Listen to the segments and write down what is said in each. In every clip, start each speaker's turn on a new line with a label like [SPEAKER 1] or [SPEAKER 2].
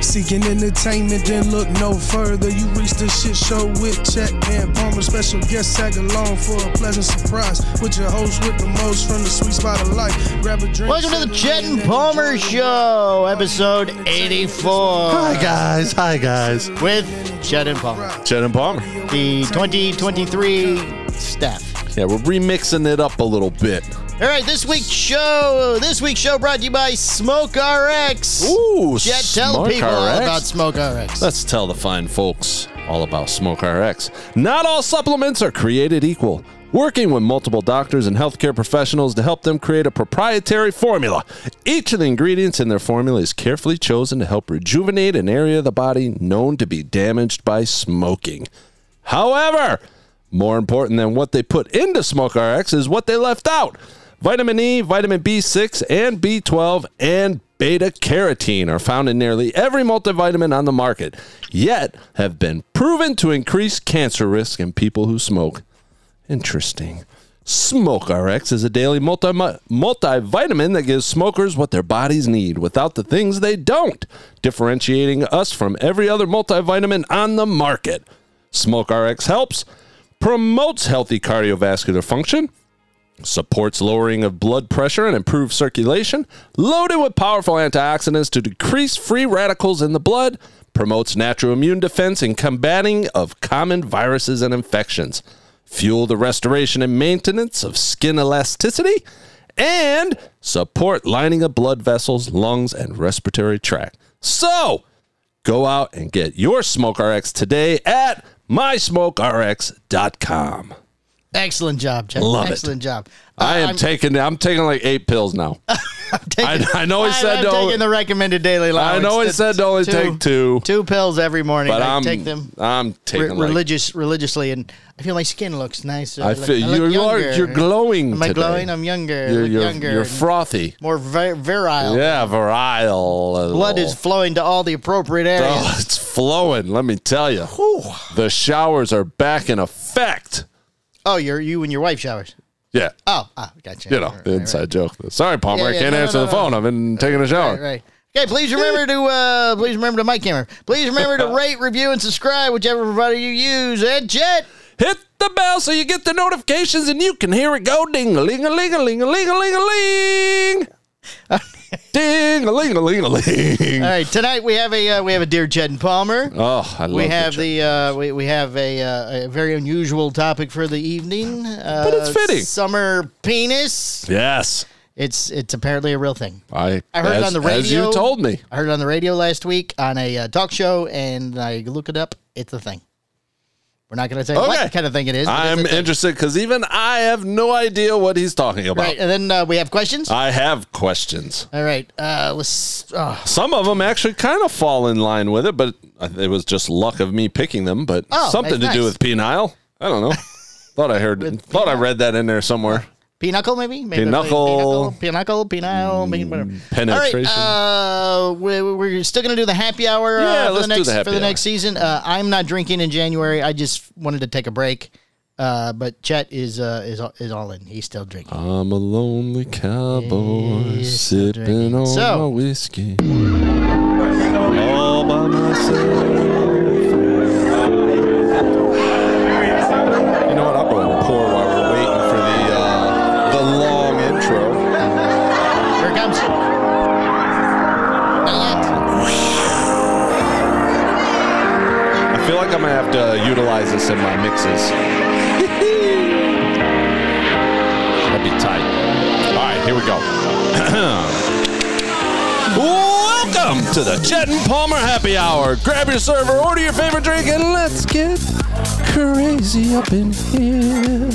[SPEAKER 1] Seeking entertainment, then look no further. You reach the shit show with Chet and Palmer. Special guest tag along for a pleasant surprise. With your host with the most from the sweet spot of life. Grab a drink.
[SPEAKER 2] Welcome to
[SPEAKER 1] sit
[SPEAKER 2] the
[SPEAKER 1] around,
[SPEAKER 2] Chet and
[SPEAKER 1] enjoy
[SPEAKER 2] Palmer
[SPEAKER 1] the
[SPEAKER 2] Show, episode 84,
[SPEAKER 3] Hi guys, hi guys.
[SPEAKER 2] with Chet and Palmer,
[SPEAKER 3] Jen and Palmer.
[SPEAKER 2] the 2023 staff.
[SPEAKER 3] Yeah, we're remixing it up a little bit.
[SPEAKER 2] All right, this week's show, this week's show brought to you by Smoke RX.
[SPEAKER 3] Ooh,
[SPEAKER 2] Chet, tell
[SPEAKER 3] Smoke
[SPEAKER 2] people all
[SPEAKER 3] RX.
[SPEAKER 2] about Smoke RX.
[SPEAKER 3] Let's tell the fine folks all about Smoke RX. Not all supplements are created equal. Working with multiple doctors and healthcare professionals to help them create a proprietary formula. Each of the ingredients in their formula is carefully chosen to help rejuvenate an area of the body known to be damaged by smoking. However, more important than what they put into Smoke RX is what they left out. Vitamin E, vitamin B6, and B12, and beta carotene are found in nearly every multivitamin on the market, yet have been proven to increase cancer risk in people who smoke. Interesting. Smoke RX is a daily multi- multivitamin that gives smokers what their bodies need without the things they don't, differentiating us from every other multivitamin on the market. Smoke RX helps promotes healthy cardiovascular function, supports lowering of blood pressure and improves circulation, loaded with powerful antioxidants to decrease free radicals in the blood, promotes natural immune defense and combating of common viruses and infections, fuel the restoration and maintenance of skin elasticity, and support lining of blood vessels, lungs, and respiratory tract. So, go out and get your Smoke RX today at mysmokerx.com.
[SPEAKER 2] Excellent job, Chet.
[SPEAKER 3] Love it.
[SPEAKER 2] Excellent job.
[SPEAKER 3] I am
[SPEAKER 2] I'm-
[SPEAKER 3] taking. I'm taking like eight pills now. I, I know he
[SPEAKER 2] I'm-
[SPEAKER 3] said
[SPEAKER 2] I'm
[SPEAKER 3] to only,
[SPEAKER 2] taking the recommended daily
[SPEAKER 3] I
[SPEAKER 2] allowance.
[SPEAKER 3] know he
[SPEAKER 2] That's
[SPEAKER 3] said to only take two,
[SPEAKER 2] Two pills every morning.
[SPEAKER 3] but
[SPEAKER 2] I
[SPEAKER 3] I'm
[SPEAKER 2] take them.
[SPEAKER 3] I'm
[SPEAKER 2] re-
[SPEAKER 3] taking like.
[SPEAKER 2] religious religiously, and I feel my skin looks nicer.
[SPEAKER 3] I
[SPEAKER 2] look-
[SPEAKER 3] feel
[SPEAKER 2] look
[SPEAKER 3] you are
[SPEAKER 2] younger.
[SPEAKER 3] you're glowing.
[SPEAKER 2] Am I
[SPEAKER 3] today.
[SPEAKER 2] glowing? I'm younger. I
[SPEAKER 3] You're
[SPEAKER 2] look
[SPEAKER 3] you're,
[SPEAKER 2] younger.
[SPEAKER 3] you're
[SPEAKER 2] and
[SPEAKER 3] frothy.
[SPEAKER 2] more vir- virile.
[SPEAKER 3] Yeah, virile.
[SPEAKER 2] Blood is flowing to all the appropriate areas.
[SPEAKER 3] Oh, it's flowing. Let me tell you. The showers are back in effect.
[SPEAKER 2] Oh, you're you and your wife showers.
[SPEAKER 3] Yeah.
[SPEAKER 2] Oh, ah, gotcha.
[SPEAKER 3] You know,
[SPEAKER 2] Right,
[SPEAKER 3] the
[SPEAKER 2] right,
[SPEAKER 3] inside joke. Sorry, Palmer.
[SPEAKER 2] Yeah,
[SPEAKER 3] I
[SPEAKER 2] yeah,
[SPEAKER 3] can't
[SPEAKER 2] no, no,
[SPEAKER 3] answer
[SPEAKER 2] no,
[SPEAKER 3] the
[SPEAKER 2] no.
[SPEAKER 3] phone. I've been taking a shower.
[SPEAKER 2] Right, right. Okay, please remember to uh, please remember to my camera. Please remember to rate, review, and subscribe, whichever provider you use. And Jet,
[SPEAKER 3] Hit the bell so you get the notifications and you can hear it go ding a ling a ling a ling a ling a ling a ling. Ding a ling a ling a ling.
[SPEAKER 2] all right. Tonight we have a uh, we have a dear Jed and Palmer.
[SPEAKER 3] Oh, I love
[SPEAKER 2] we have
[SPEAKER 3] the.
[SPEAKER 2] the uh, we, we have a, uh, a very unusual topic for the evening. Uh,
[SPEAKER 3] But it's fitting.
[SPEAKER 2] Summer penis.
[SPEAKER 3] ch- Yes.
[SPEAKER 2] It's it's apparently a real thing.
[SPEAKER 3] I,
[SPEAKER 2] I heard
[SPEAKER 3] as,
[SPEAKER 2] it on the radio.
[SPEAKER 3] As you told me.
[SPEAKER 2] I heard it on the radio last week on a uh, talk show, and I look it up. It's a thing. We're not going to tell you
[SPEAKER 3] Okay.
[SPEAKER 2] what kind of thing it is. but it's a
[SPEAKER 3] I'm
[SPEAKER 2] thing.
[SPEAKER 3] interested because even I have no idea what he's talking about.
[SPEAKER 2] Right, and then uh, we have questions.
[SPEAKER 3] I have questions.
[SPEAKER 2] All right, uh, let's. Oh,
[SPEAKER 3] Some of them actually kind of fall in line with it, but it was just luck of me picking them. But
[SPEAKER 2] Oh,
[SPEAKER 3] something
[SPEAKER 2] nice,
[SPEAKER 3] to do
[SPEAKER 2] nice.
[SPEAKER 3] with penile. I don't know. thought I heard. thought I read that in there somewhere.
[SPEAKER 2] pinochle, maybe. maybe
[SPEAKER 3] Pinochle.
[SPEAKER 2] Pinochle. Pinochle. Pinochle.
[SPEAKER 3] Mm, Penetration.
[SPEAKER 2] All right, uh, we, we're still gonna do the happy hour.
[SPEAKER 3] Yeah,
[SPEAKER 2] uh, for
[SPEAKER 3] let's
[SPEAKER 2] the
[SPEAKER 3] do
[SPEAKER 2] next,
[SPEAKER 3] the happy
[SPEAKER 2] for the
[SPEAKER 3] hour.
[SPEAKER 2] next season. Uh, I'm not drinking in January. I just wanted to take a break. Uh, but Chet is uh, is is all in. He's still drinking.
[SPEAKER 3] I'm a lonely cowboy
[SPEAKER 2] still
[SPEAKER 3] sipping
[SPEAKER 2] drinking.
[SPEAKER 3] on
[SPEAKER 2] So-
[SPEAKER 3] my whiskey. All by myself. You know what? I'm going to pour while we're waiting for the uh, the long intro. Oh.
[SPEAKER 2] Here it comes. Not
[SPEAKER 3] I
[SPEAKER 2] yet.
[SPEAKER 3] feel like I'm gonna have to utilize this in my mixes. That'd be tight. All right, here we go. Welcome to the Chet and Palmer Happy Hour. Grab your server, order your favorite drink, and let's get crazy up in here.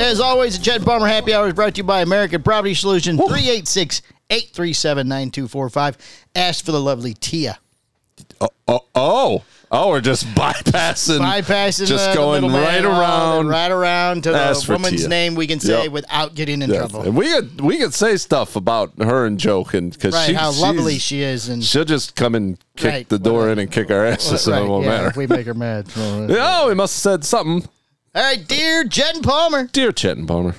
[SPEAKER 2] As always, the Chet Palmer Happy Hour is brought to you by American Property Solution 386 837 9245. Ask for the lovely Tia.
[SPEAKER 3] Oh, oh, oh! We're just bypassing,
[SPEAKER 2] bypassing
[SPEAKER 3] just
[SPEAKER 2] the,
[SPEAKER 3] going
[SPEAKER 2] the middleman
[SPEAKER 3] right
[SPEAKER 2] and all that,
[SPEAKER 3] around.
[SPEAKER 2] right around to
[SPEAKER 3] Ask
[SPEAKER 2] the
[SPEAKER 3] for
[SPEAKER 2] woman's
[SPEAKER 3] Tia.
[SPEAKER 2] name we can say
[SPEAKER 3] Yep.
[SPEAKER 2] without getting in
[SPEAKER 3] Yes,
[SPEAKER 2] trouble.
[SPEAKER 3] and we could we could say stuff about her and joke and because
[SPEAKER 2] Right,
[SPEAKER 3] she,
[SPEAKER 2] how
[SPEAKER 3] she's-
[SPEAKER 2] lovely she is, and
[SPEAKER 3] She'll just come and kick
[SPEAKER 2] Right,
[SPEAKER 3] the door
[SPEAKER 2] whatever.
[SPEAKER 3] in and kick our asses, and
[SPEAKER 2] right,
[SPEAKER 3] it won't
[SPEAKER 2] yeah, if
[SPEAKER 3] matter.
[SPEAKER 2] we make her mad. All
[SPEAKER 3] Oh, we must have said something,
[SPEAKER 2] right, dear Jen Palmer,
[SPEAKER 3] dear Chet and Boner.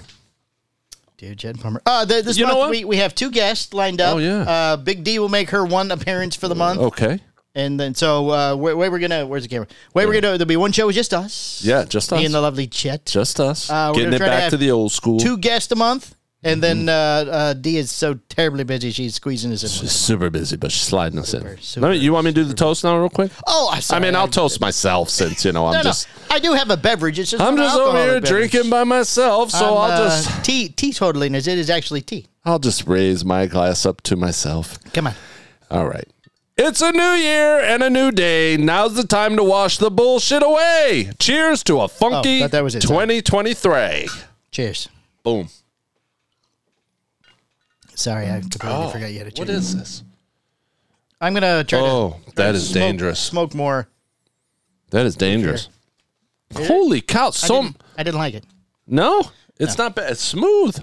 [SPEAKER 2] Dear Jen Palmer. Uh, th- this
[SPEAKER 3] You know
[SPEAKER 2] month
[SPEAKER 3] what?
[SPEAKER 2] we, we have two guests lined up.
[SPEAKER 3] Oh, yeah. Oh.
[SPEAKER 2] Uh, Big D will make her one appearance for the month,
[SPEAKER 3] Okay.
[SPEAKER 2] and then so uh, where, where we're gonna? Where's the camera? Where we're gonna? There'll be one show with just us.
[SPEAKER 3] Yeah, just us.
[SPEAKER 2] Me and the lovely Chet.
[SPEAKER 3] just us.
[SPEAKER 2] Uh, we're
[SPEAKER 3] Getting
[SPEAKER 2] gonna
[SPEAKER 3] it
[SPEAKER 2] try to
[SPEAKER 3] back to,
[SPEAKER 2] have
[SPEAKER 3] the old school.
[SPEAKER 2] two guests a month, and then uh, uh, D is so terribly busy she's squeezing us in.
[SPEAKER 3] Mm-hmm. She's super busy, but she's sliding us in.
[SPEAKER 2] super,
[SPEAKER 3] Let me- you want me to do the toast now, real quick?
[SPEAKER 2] Oh, I'm
[SPEAKER 3] I
[SPEAKER 2] sorry.
[SPEAKER 3] mean, I'll toast myself since you know I'm
[SPEAKER 2] No, no,
[SPEAKER 3] just
[SPEAKER 2] I do have a beverage. It's just
[SPEAKER 3] I'm
[SPEAKER 2] an
[SPEAKER 3] just over
[SPEAKER 2] alcoholic
[SPEAKER 3] here
[SPEAKER 2] beverage.
[SPEAKER 3] drinking by myself, so
[SPEAKER 2] I'm,
[SPEAKER 3] I'll
[SPEAKER 2] uh,
[SPEAKER 3] just
[SPEAKER 2] tea teetotaling as it is actually tea.
[SPEAKER 3] I'll just raise my glass up to myself.
[SPEAKER 2] Come on.
[SPEAKER 3] All right. It's a new year and a new day. Now's the time to wash the bullshit away. Cheers to a funky
[SPEAKER 2] thought Oh, that was it.
[SPEAKER 3] 2023.
[SPEAKER 2] Cheers.
[SPEAKER 3] Boom.
[SPEAKER 2] Sorry, I completely forgot you had a cheers.
[SPEAKER 3] Oh. What is this?
[SPEAKER 2] I'm gonna try to
[SPEAKER 3] Oh, that is
[SPEAKER 2] smoke-
[SPEAKER 3] dangerous.
[SPEAKER 2] Smoke more.
[SPEAKER 3] That is dangerous. Holy cow.
[SPEAKER 2] I,
[SPEAKER 3] So
[SPEAKER 2] didn't, I didn't like it.
[SPEAKER 3] no, it's not bad. It's smooth.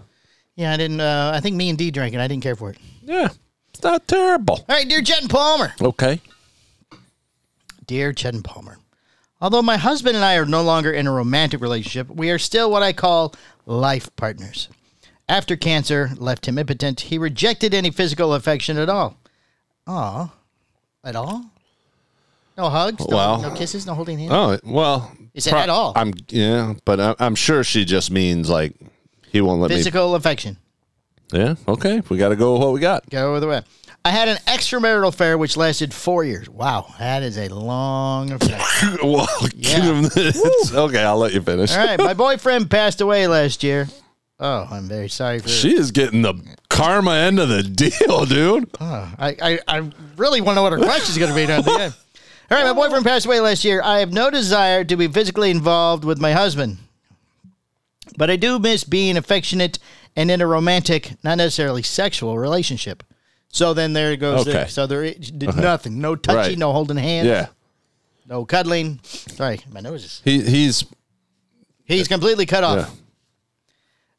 [SPEAKER 2] Yeah, I didn't. Uh, I think me and D drank it. I didn't care for it.
[SPEAKER 3] Yeah. It's not terrible.
[SPEAKER 2] All right, dear Chet and Palmer.
[SPEAKER 3] Okay.
[SPEAKER 2] Dear Chet and Palmer. Although my husband and I are no longer in a romantic relationship, we are still what I call life partners. After cancer left him impotent, he rejected any physical affection at all. Aw. At all? No hugs? No,
[SPEAKER 3] Wow.
[SPEAKER 2] no kisses? No holding hands?
[SPEAKER 3] Oh, well.
[SPEAKER 2] Is it at all?
[SPEAKER 3] I'm yeah, but I, I'm sure she just means like he won't let
[SPEAKER 2] physical affection.
[SPEAKER 3] me. Yeah. Okay. We got to go with what we got.
[SPEAKER 2] Go with the way. I had an extramarital affair which lasted four years. Wow, that is a long affair.
[SPEAKER 3] well, give him this. Okay, I'll let you finish.
[SPEAKER 2] All right, my boyfriend passed away last year. Oh, I'm very sorry for
[SPEAKER 3] She is getting the karma end of the deal, dude.
[SPEAKER 2] Oh, I, I, I really want to know what her question's going to be down at the end. All right, my boyfriend passed away last year. I have no desire to be physically involved with my husband, but I do miss being affectionate and in a romantic, not necessarily sexual relationship. So then there it goes.
[SPEAKER 3] Okay.
[SPEAKER 2] There. So there is did nothing, no touching,
[SPEAKER 3] Right.
[SPEAKER 2] no holding hands,
[SPEAKER 3] Yeah,
[SPEAKER 2] no cuddling. Sorry, my nose is.
[SPEAKER 3] he he's
[SPEAKER 2] He's completely cut off.
[SPEAKER 3] yeah.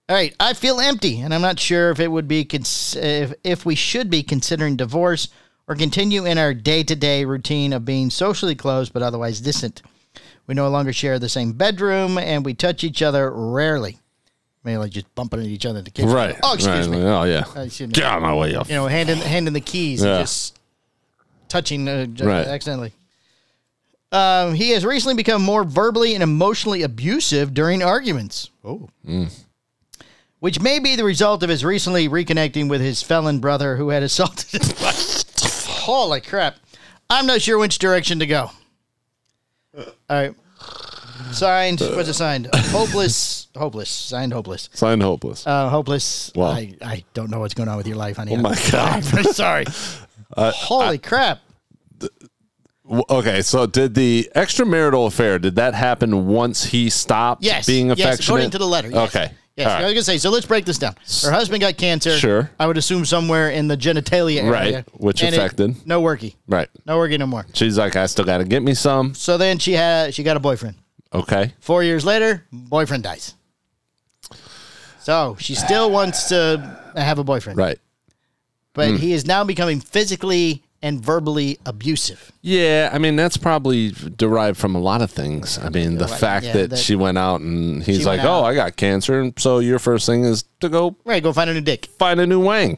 [SPEAKER 2] All right, I feel empty, and I'm not sure if it would be cons- if, if we should be considering divorce or continue in our day-to-day routine of being socially close but otherwise distant. We no longer share the same bedroom, and we touch each other rarely. Maybe like just bumping at each other in the kitchen.
[SPEAKER 3] right.
[SPEAKER 2] Oh, excuse
[SPEAKER 3] right.
[SPEAKER 2] me.
[SPEAKER 3] Oh yeah.
[SPEAKER 2] excuse me.
[SPEAKER 3] Get out of my way. You
[SPEAKER 2] You know, handing handing the keys
[SPEAKER 3] Yeah.
[SPEAKER 2] and just touching uh, j-
[SPEAKER 3] Right.
[SPEAKER 2] accidentally. Um, he has recently become more verbally and emotionally abusive during arguments. Oh.
[SPEAKER 3] Mm.
[SPEAKER 2] Which may be the result of his recently reconnecting with his felon brother who had assaulted his wife. Holy crap. I'm not sure which direction to go. All right. Signed. What's it signed? Hopeless. Hopeless. Signed hopeless.
[SPEAKER 3] Sign hopeless.
[SPEAKER 2] Uh, hopeless.
[SPEAKER 3] Wow.
[SPEAKER 2] I, I don't know what's going on with your life, honey.
[SPEAKER 3] oh my god. Uh,
[SPEAKER 2] I'm sorry. Holy crap.
[SPEAKER 3] W- Okay, so did the extramarital affair? Did that happen once he stopped
[SPEAKER 2] Yes.
[SPEAKER 3] being affectionate?
[SPEAKER 2] Yes, according to the letter. Yes.
[SPEAKER 3] Okay.
[SPEAKER 2] Yes.
[SPEAKER 3] All
[SPEAKER 2] I was
[SPEAKER 3] right.
[SPEAKER 2] going to say, so let's break this down. Her husband got cancer.
[SPEAKER 3] Sure.
[SPEAKER 2] I would assume somewhere in the genitalia area.
[SPEAKER 3] Right, which
[SPEAKER 2] And it-
[SPEAKER 3] affected.
[SPEAKER 2] no worky.
[SPEAKER 3] Right.
[SPEAKER 2] No worky no more.
[SPEAKER 3] She's like, I still got to get me some.
[SPEAKER 2] So then she had she got a boyfriend.
[SPEAKER 3] Okay.
[SPEAKER 2] Four years later, boyfriend dies. So she still wants to have a boyfriend.
[SPEAKER 3] Right. Mm.
[SPEAKER 2] But he is now becoming physically and verbally abusive.
[SPEAKER 3] Yeah, I mean that's probably derived from a lot of things. I mean the fact
[SPEAKER 2] yeah,
[SPEAKER 3] that,
[SPEAKER 2] that-
[SPEAKER 3] she went out and he's
[SPEAKER 2] She
[SPEAKER 3] like,
[SPEAKER 2] went
[SPEAKER 3] "Oh,
[SPEAKER 2] out.
[SPEAKER 3] I got cancer," and so your first thing is to go
[SPEAKER 2] Right, go find a new dick.
[SPEAKER 3] find a new wang.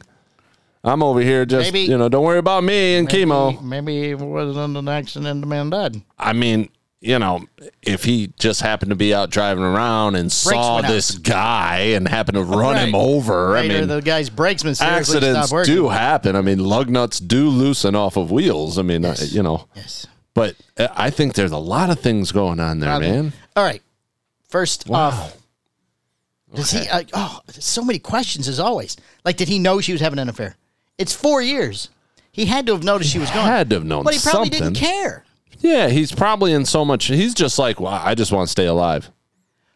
[SPEAKER 3] I'm over here just
[SPEAKER 2] Maybe-
[SPEAKER 3] you know, don't worry about me and chemo.
[SPEAKER 2] Maybe it wasn't an accident and the man died.
[SPEAKER 3] I mean, you know, if he just happened to be out driving around and saw
[SPEAKER 2] went out.
[SPEAKER 3] this guy and happened to run him
[SPEAKER 2] Right.
[SPEAKER 3] over,
[SPEAKER 2] Right,
[SPEAKER 3] I
[SPEAKER 2] or
[SPEAKER 3] mean,
[SPEAKER 2] the guy's brakesman seriously
[SPEAKER 3] accidents
[SPEAKER 2] stopped working.
[SPEAKER 3] do happen. I mean, lug nuts do loosen off of wheels. I mean, I, you know,
[SPEAKER 2] Yes.
[SPEAKER 3] but uh, I think there's a lot of things going on there, man.
[SPEAKER 2] All right. First off, does he? Uh, oh, so many questions as always. Like, did he know she was having an affair? It's four years. He had to have noticed she was gone.
[SPEAKER 3] had to have known
[SPEAKER 2] but he probably didn't
[SPEAKER 3] something.
[SPEAKER 2] care.
[SPEAKER 3] Yeah, he's probably in so much. He's just like, well, I just want to stay alive.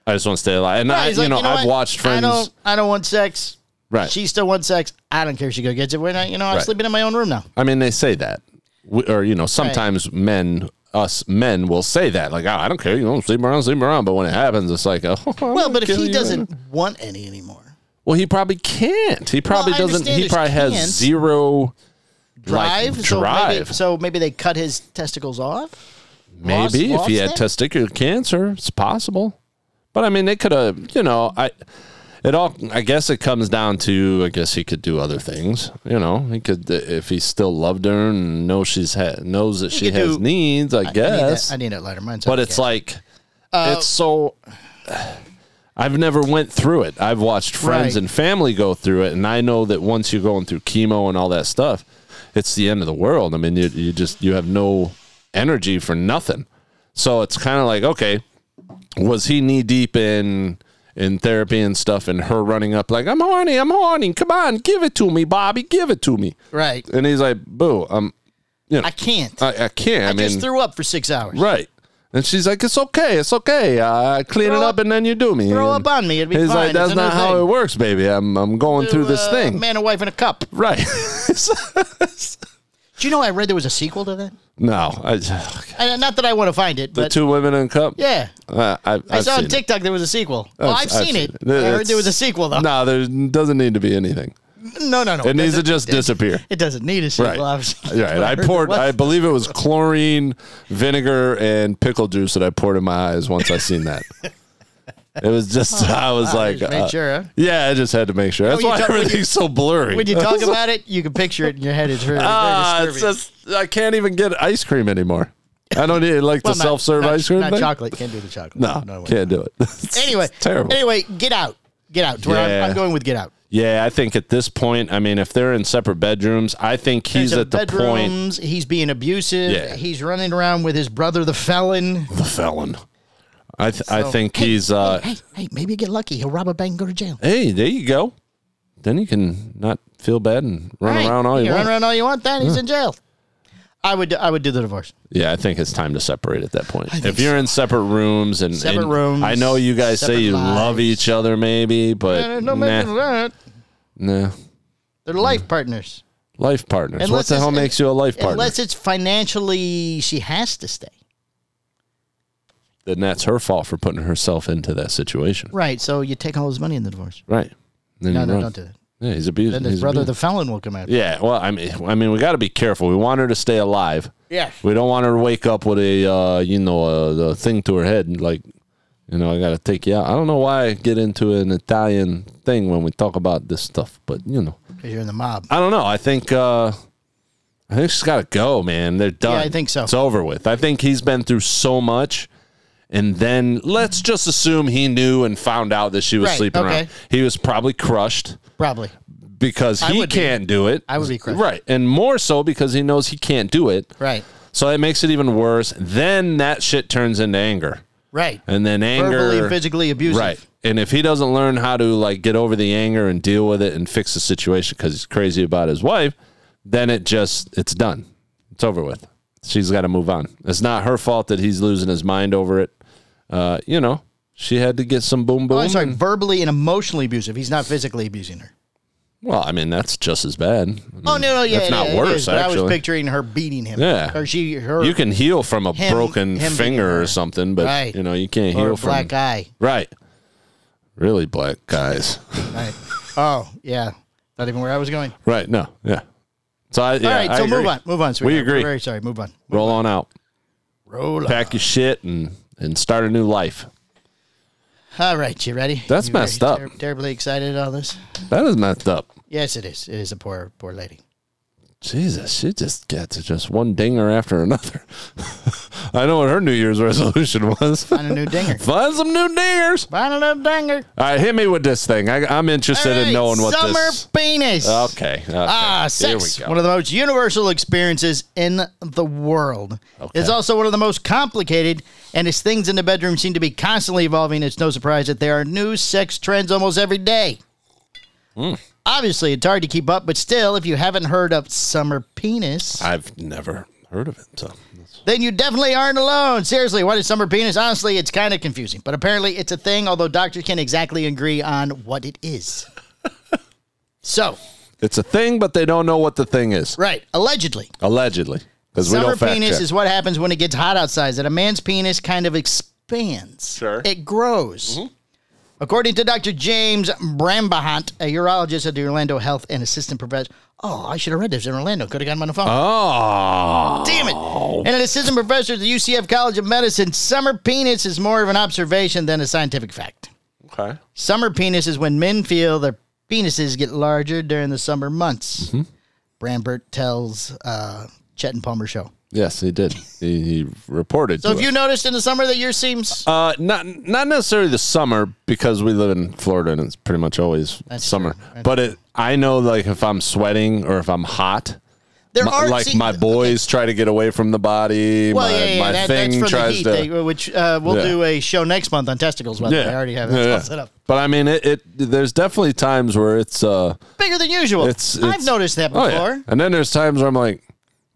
[SPEAKER 3] I just want to stay alive. And I,
[SPEAKER 2] Right,
[SPEAKER 3] you,
[SPEAKER 2] he's like,
[SPEAKER 3] know, I've
[SPEAKER 2] what?
[SPEAKER 3] watched
[SPEAKER 2] I
[SPEAKER 3] Friends.
[SPEAKER 2] don't. I don't want sex.
[SPEAKER 3] Right.
[SPEAKER 2] She still wants sex. I don't care if she go gets it. We're not. You know, I'm
[SPEAKER 3] Right.
[SPEAKER 2] sleeping in my own room now.
[SPEAKER 3] I mean, they say that, we, or you know, sometimes men, us men, will say that, like, oh, I don't care, you know, sleep around, sleep around. But when it happens, it's like, oh, I'm
[SPEAKER 2] Well,
[SPEAKER 3] gonna
[SPEAKER 2] but if
[SPEAKER 3] kill
[SPEAKER 2] he
[SPEAKER 3] you.
[SPEAKER 2] doesn't want any anymore,
[SPEAKER 3] well, he probably can't. He probably
[SPEAKER 2] I
[SPEAKER 3] doesn't.
[SPEAKER 2] understand
[SPEAKER 3] He
[SPEAKER 2] there's
[SPEAKER 3] probably
[SPEAKER 2] can't.
[SPEAKER 3] has zero
[SPEAKER 2] drive.
[SPEAKER 3] Like,
[SPEAKER 2] so maybe-
[SPEAKER 3] drive.
[SPEAKER 2] So maybe they cut his testicles off. Lost-
[SPEAKER 3] Maybe if he had
[SPEAKER 2] lost it?
[SPEAKER 3] testicular cancer, it's possible. But I mean, they could have, you know, I it all i guess it comes down to i guess he could do other things you know he could if he still loved her and knows she's ha- knows that she
[SPEAKER 2] could
[SPEAKER 3] has
[SPEAKER 2] do-
[SPEAKER 3] needs i, guess
[SPEAKER 2] I need that letter. Mine's
[SPEAKER 3] but it's like
[SPEAKER 2] Uh,
[SPEAKER 3] it's so I've never went through it. I've watched friends
[SPEAKER 2] Right.
[SPEAKER 3] and family go through it, and I know that once you're going through chemo and all that stuff, it's the end of the world. I mean, you, you just you have no energy for nothing. So it's kind of like, okay, was he knee deep in in therapy and stuff, and her running up like, "I'm horny, I'm horny, come on, give it to me, Bobby, give it to me,"
[SPEAKER 2] right.
[SPEAKER 3] and he's like, "Boo, I'm,
[SPEAKER 2] I can't. I,
[SPEAKER 3] I, I can't." I, mean,
[SPEAKER 2] just threw up for six hours.
[SPEAKER 3] Right. And she's like, "It's okay, it's okay. Uh, clean
[SPEAKER 2] Throw
[SPEAKER 3] it
[SPEAKER 2] up-
[SPEAKER 3] up, and then you do me."
[SPEAKER 2] throw
[SPEAKER 3] And
[SPEAKER 2] up on me, it'd be
[SPEAKER 3] he's
[SPEAKER 2] fine,
[SPEAKER 3] like, "That's
[SPEAKER 2] it's a new
[SPEAKER 3] not how
[SPEAKER 2] thing."
[SPEAKER 3] it works, baby. I'm I'm going through this
[SPEAKER 2] Uh,
[SPEAKER 3] thing."
[SPEAKER 2] Man and wife in a cup.
[SPEAKER 3] Right.
[SPEAKER 2] Do you know I read there was a sequel to that?
[SPEAKER 3] no, I,
[SPEAKER 2] And not that I want to find it,
[SPEAKER 3] the
[SPEAKER 2] but
[SPEAKER 3] two women in a cup.
[SPEAKER 2] yeah.
[SPEAKER 3] Uh, I, I've
[SPEAKER 2] I saw
[SPEAKER 3] seen
[SPEAKER 2] on
[SPEAKER 3] it.
[SPEAKER 2] TikTok there was a sequel. Well, I've, seen, it. I heard
[SPEAKER 3] It's-
[SPEAKER 2] there was a sequel though.
[SPEAKER 3] No, there doesn't need to be anything.
[SPEAKER 2] no, no, no.
[SPEAKER 3] It needs to
[SPEAKER 2] doesn't-
[SPEAKER 3] just disappear.
[SPEAKER 2] It doesn't need a sequel.
[SPEAKER 3] Right.
[SPEAKER 2] Obviously.
[SPEAKER 3] Right. I poured. I believe it was chlorine, vinegar, and pickle juice that I poured in my eyes once I seen that. It was just. I was like,
[SPEAKER 2] just made
[SPEAKER 3] uh,
[SPEAKER 2] sure, huh?
[SPEAKER 3] yeah, I just had to make sure. That's
[SPEAKER 2] you
[SPEAKER 3] why
[SPEAKER 2] talk- when you-
[SPEAKER 3] everything's so blurry.
[SPEAKER 2] When you talk about it, you can picture it in your head. It's really very
[SPEAKER 3] Ah, it's
[SPEAKER 2] disturbing.
[SPEAKER 3] just I can't even get ice cream anymore. I don't eat like
[SPEAKER 2] Well,
[SPEAKER 3] the
[SPEAKER 2] not-
[SPEAKER 3] self serve
[SPEAKER 2] not-
[SPEAKER 3] ice cream.
[SPEAKER 2] Not
[SPEAKER 3] thing.
[SPEAKER 2] chocolate. Can't do the chocolate.
[SPEAKER 3] No,
[SPEAKER 2] way.
[SPEAKER 3] can't do it. It's
[SPEAKER 2] Anyway,
[SPEAKER 3] terrible.
[SPEAKER 2] Anyway, get out. Get out. To where I'm- I'm,
[SPEAKER 3] Yeah.
[SPEAKER 2] going with get out.
[SPEAKER 3] Yeah, I think at this point, I mean, if they're in separate bedrooms, I think he's
[SPEAKER 2] There's
[SPEAKER 3] at the point
[SPEAKER 2] bedrooms, He's being abusive.
[SPEAKER 3] Yeah.
[SPEAKER 2] He's running around with his brother, the felon.
[SPEAKER 3] the felon. I th- I think he's uh,
[SPEAKER 2] Hey, hey, maybe you get lucky. He'll rob a bank and go to jail.
[SPEAKER 3] hey, there you go. Then you can not feel bad and run
[SPEAKER 2] Right.
[SPEAKER 3] around all you
[SPEAKER 2] run
[SPEAKER 3] want.
[SPEAKER 2] around all you want. Then he's in jail. I would. I would do the divorce.
[SPEAKER 3] Yeah, I think it's time to separate at that point.
[SPEAKER 2] think
[SPEAKER 3] If you're in separate rooms and,
[SPEAKER 2] Separate
[SPEAKER 3] and
[SPEAKER 2] rooms,
[SPEAKER 3] I know you guys say
[SPEAKER 2] separate
[SPEAKER 3] you love
[SPEAKER 2] lives.
[SPEAKER 3] each other, maybe, but
[SPEAKER 2] No matter
[SPEAKER 3] nah,
[SPEAKER 2] that,
[SPEAKER 3] nah.
[SPEAKER 2] they're life partners.
[SPEAKER 3] Life partners.
[SPEAKER 2] Unless
[SPEAKER 3] what the
[SPEAKER 2] it's-
[SPEAKER 3] hell makes you a life Mm. partner?
[SPEAKER 2] Unless it's financially, she has to stay.
[SPEAKER 3] then that's her fault for putting herself into that situation.
[SPEAKER 2] Right. So you take all his money in the divorce.
[SPEAKER 3] Right. Then
[SPEAKER 2] No,
[SPEAKER 3] you
[SPEAKER 2] no,
[SPEAKER 3] run.
[SPEAKER 2] don't do that.
[SPEAKER 3] Yeah, he's abusing.
[SPEAKER 2] Then his
[SPEAKER 3] he's
[SPEAKER 2] brother,
[SPEAKER 3] abusing.
[SPEAKER 2] the felon, will come after.
[SPEAKER 3] yeah. Well, I mean, I mean, we got to be careful. We want her to stay alive.
[SPEAKER 2] Yeah.
[SPEAKER 3] We don't want her to wake up with a, uh, you know, uh, the thing to her head, and like, you know, I got to take you out. I don't know why I get into an Italian thing when we talk about this stuff, but you know,
[SPEAKER 2] Because you're in the mob.
[SPEAKER 3] I don't know. I think, uh, I think she's got to go, man. They're done.
[SPEAKER 2] Yeah, I think so.
[SPEAKER 3] It's over with. I think he's been through so much. And then let's just assume he knew and found out that she was
[SPEAKER 2] Right,
[SPEAKER 3] sleeping
[SPEAKER 2] okay.
[SPEAKER 3] around. He was probably crushed
[SPEAKER 2] Probably.
[SPEAKER 3] because
[SPEAKER 2] I
[SPEAKER 3] he
[SPEAKER 2] would be.
[SPEAKER 3] can't do it.
[SPEAKER 2] I would be crushed.
[SPEAKER 3] Right. And more so because he knows he can't do it.
[SPEAKER 2] Right.
[SPEAKER 3] So it makes it even worse. Then that shit turns into anger.
[SPEAKER 2] Right.
[SPEAKER 3] And then anger
[SPEAKER 2] Verbally and physically abusive.
[SPEAKER 3] Right. And if he doesn't learn how to like get over the anger and deal with it and fix the situation cuz he's crazy about his wife, then it just it's done. It's over with. She's got to move on. It's not her fault that he's losing his mind over it. Uh, you know, she had to get some boom boom.
[SPEAKER 2] Oh, I'm sorry.
[SPEAKER 3] and-
[SPEAKER 2] Verbally and emotionally abusive. He's not physically abusing her.
[SPEAKER 3] well, I mean, that's just as bad.
[SPEAKER 2] Oh no, no, yeah,
[SPEAKER 3] That's not
[SPEAKER 2] yeah, it
[SPEAKER 3] worse,
[SPEAKER 2] is, but I was
[SPEAKER 3] actually.
[SPEAKER 2] picturing her beating him.
[SPEAKER 3] Yeah.
[SPEAKER 2] or she, her,
[SPEAKER 3] You can heal from a
[SPEAKER 2] Him-
[SPEAKER 3] broken
[SPEAKER 2] him beating
[SPEAKER 3] finger
[SPEAKER 2] her.
[SPEAKER 3] or something, but
[SPEAKER 2] Right.
[SPEAKER 3] you know, you can't
[SPEAKER 2] or
[SPEAKER 3] heal
[SPEAKER 2] black
[SPEAKER 3] from
[SPEAKER 2] eye.
[SPEAKER 3] Right. Really black guys.
[SPEAKER 2] Right. oh yeah, not even where I was going.
[SPEAKER 3] right, no. Yeah. So I yeah,
[SPEAKER 2] All right,
[SPEAKER 3] I
[SPEAKER 2] so
[SPEAKER 3] agree.
[SPEAKER 2] move on, move on. Sweetheart.
[SPEAKER 3] agree.
[SPEAKER 2] We're very sorry. Move on.
[SPEAKER 3] Roll on out.
[SPEAKER 2] Roll. on.
[SPEAKER 3] Pack your shit and and start a new life.
[SPEAKER 2] All right, you ready?
[SPEAKER 3] That's
[SPEAKER 2] You very
[SPEAKER 3] messed up.
[SPEAKER 2] terribly excited at all this.
[SPEAKER 3] That is messed up.
[SPEAKER 2] Yes, it is. It is a poor, poor lady.
[SPEAKER 3] Jesus, she just gets just one dinger after another. I know what her New Year's resolution was.
[SPEAKER 2] Find a new dinger.
[SPEAKER 3] Find some new dingers.
[SPEAKER 2] Find a new dinger.
[SPEAKER 3] All right, hit me with this thing. I, I'm interested
[SPEAKER 2] All right,
[SPEAKER 3] in knowing what
[SPEAKER 2] summer
[SPEAKER 3] this.
[SPEAKER 2] penis.
[SPEAKER 3] Okay. okay.
[SPEAKER 2] Ah,
[SPEAKER 3] Here
[SPEAKER 2] sex.
[SPEAKER 3] we go.
[SPEAKER 2] One of the most universal experiences in the world.
[SPEAKER 3] Okay.
[SPEAKER 2] It's also one of the most complicated, and as things in the bedroom seem to be constantly evolving, it's no surprise that there are new sex trends almost every day.
[SPEAKER 3] Hmm.
[SPEAKER 2] Obviously, it's hard to keep up, but still, if you haven't heard of summer penis,
[SPEAKER 3] I've never heard of it. So that's-
[SPEAKER 2] then you definitely aren't alone. Seriously, what is summer penis? Honestly, it's kind of confusing, but apparently it's a thing, although doctors can't exactly agree on what it is. so,
[SPEAKER 3] it's a thing, but they don't know what the thing is.
[SPEAKER 2] right, allegedly.
[SPEAKER 3] Allegedly, because we
[SPEAKER 2] Summer
[SPEAKER 3] don't fact
[SPEAKER 2] penis
[SPEAKER 3] check.
[SPEAKER 2] is what happens when it gets hot outside. That a man's penis kind of expands.
[SPEAKER 3] Sure.
[SPEAKER 2] It grows. According to Dr. James Brambahant, a urologist at the Orlando Health and Assistant Professor. Oh, I should have read this in Orlando. Could have gotten him on the phone.
[SPEAKER 3] oh,
[SPEAKER 2] Damn it. And an assistant professor at the UCF College of Medicine, summer penis is more of an observation than a scientific fact.
[SPEAKER 3] Okay.
[SPEAKER 2] Summer penis is when men feel their penises get larger during the summer months.
[SPEAKER 3] Mm-hmm.
[SPEAKER 2] Brambert tells uh, Chet and Palmer show.
[SPEAKER 3] Yes, he did. He, he reported.
[SPEAKER 2] So
[SPEAKER 3] to
[SPEAKER 2] if you
[SPEAKER 3] it.
[SPEAKER 2] noticed in the summer that your seems
[SPEAKER 3] uh, not not necessarily the summer because we live in Florida and it's pretty much always summer.
[SPEAKER 2] true. That's
[SPEAKER 3] But it, I know like if I'm sweating or if I'm hot,
[SPEAKER 2] there
[SPEAKER 3] my-
[SPEAKER 2] are
[SPEAKER 3] like
[SPEAKER 2] see-
[SPEAKER 3] my boys try to get away from the body.
[SPEAKER 2] Well,
[SPEAKER 3] my
[SPEAKER 2] yeah, yeah,
[SPEAKER 3] my
[SPEAKER 2] that,
[SPEAKER 3] thing
[SPEAKER 2] that's for the
[SPEAKER 3] tries
[SPEAKER 2] heat,
[SPEAKER 3] to.
[SPEAKER 2] thing, which uh, we'll
[SPEAKER 3] Yeah.
[SPEAKER 2] do a show next month on testicles. By the way, I already have that
[SPEAKER 3] Yeah,
[SPEAKER 2] all
[SPEAKER 3] yeah.
[SPEAKER 2] set up.
[SPEAKER 3] But I mean, it, it. There's definitely times where it's uh,
[SPEAKER 2] Bigger than usual.
[SPEAKER 3] it's,
[SPEAKER 2] Oh, I've
[SPEAKER 3] it's-
[SPEAKER 2] noticed that
[SPEAKER 3] oh,
[SPEAKER 2] before.
[SPEAKER 3] yeah. And then there's times where I'm like,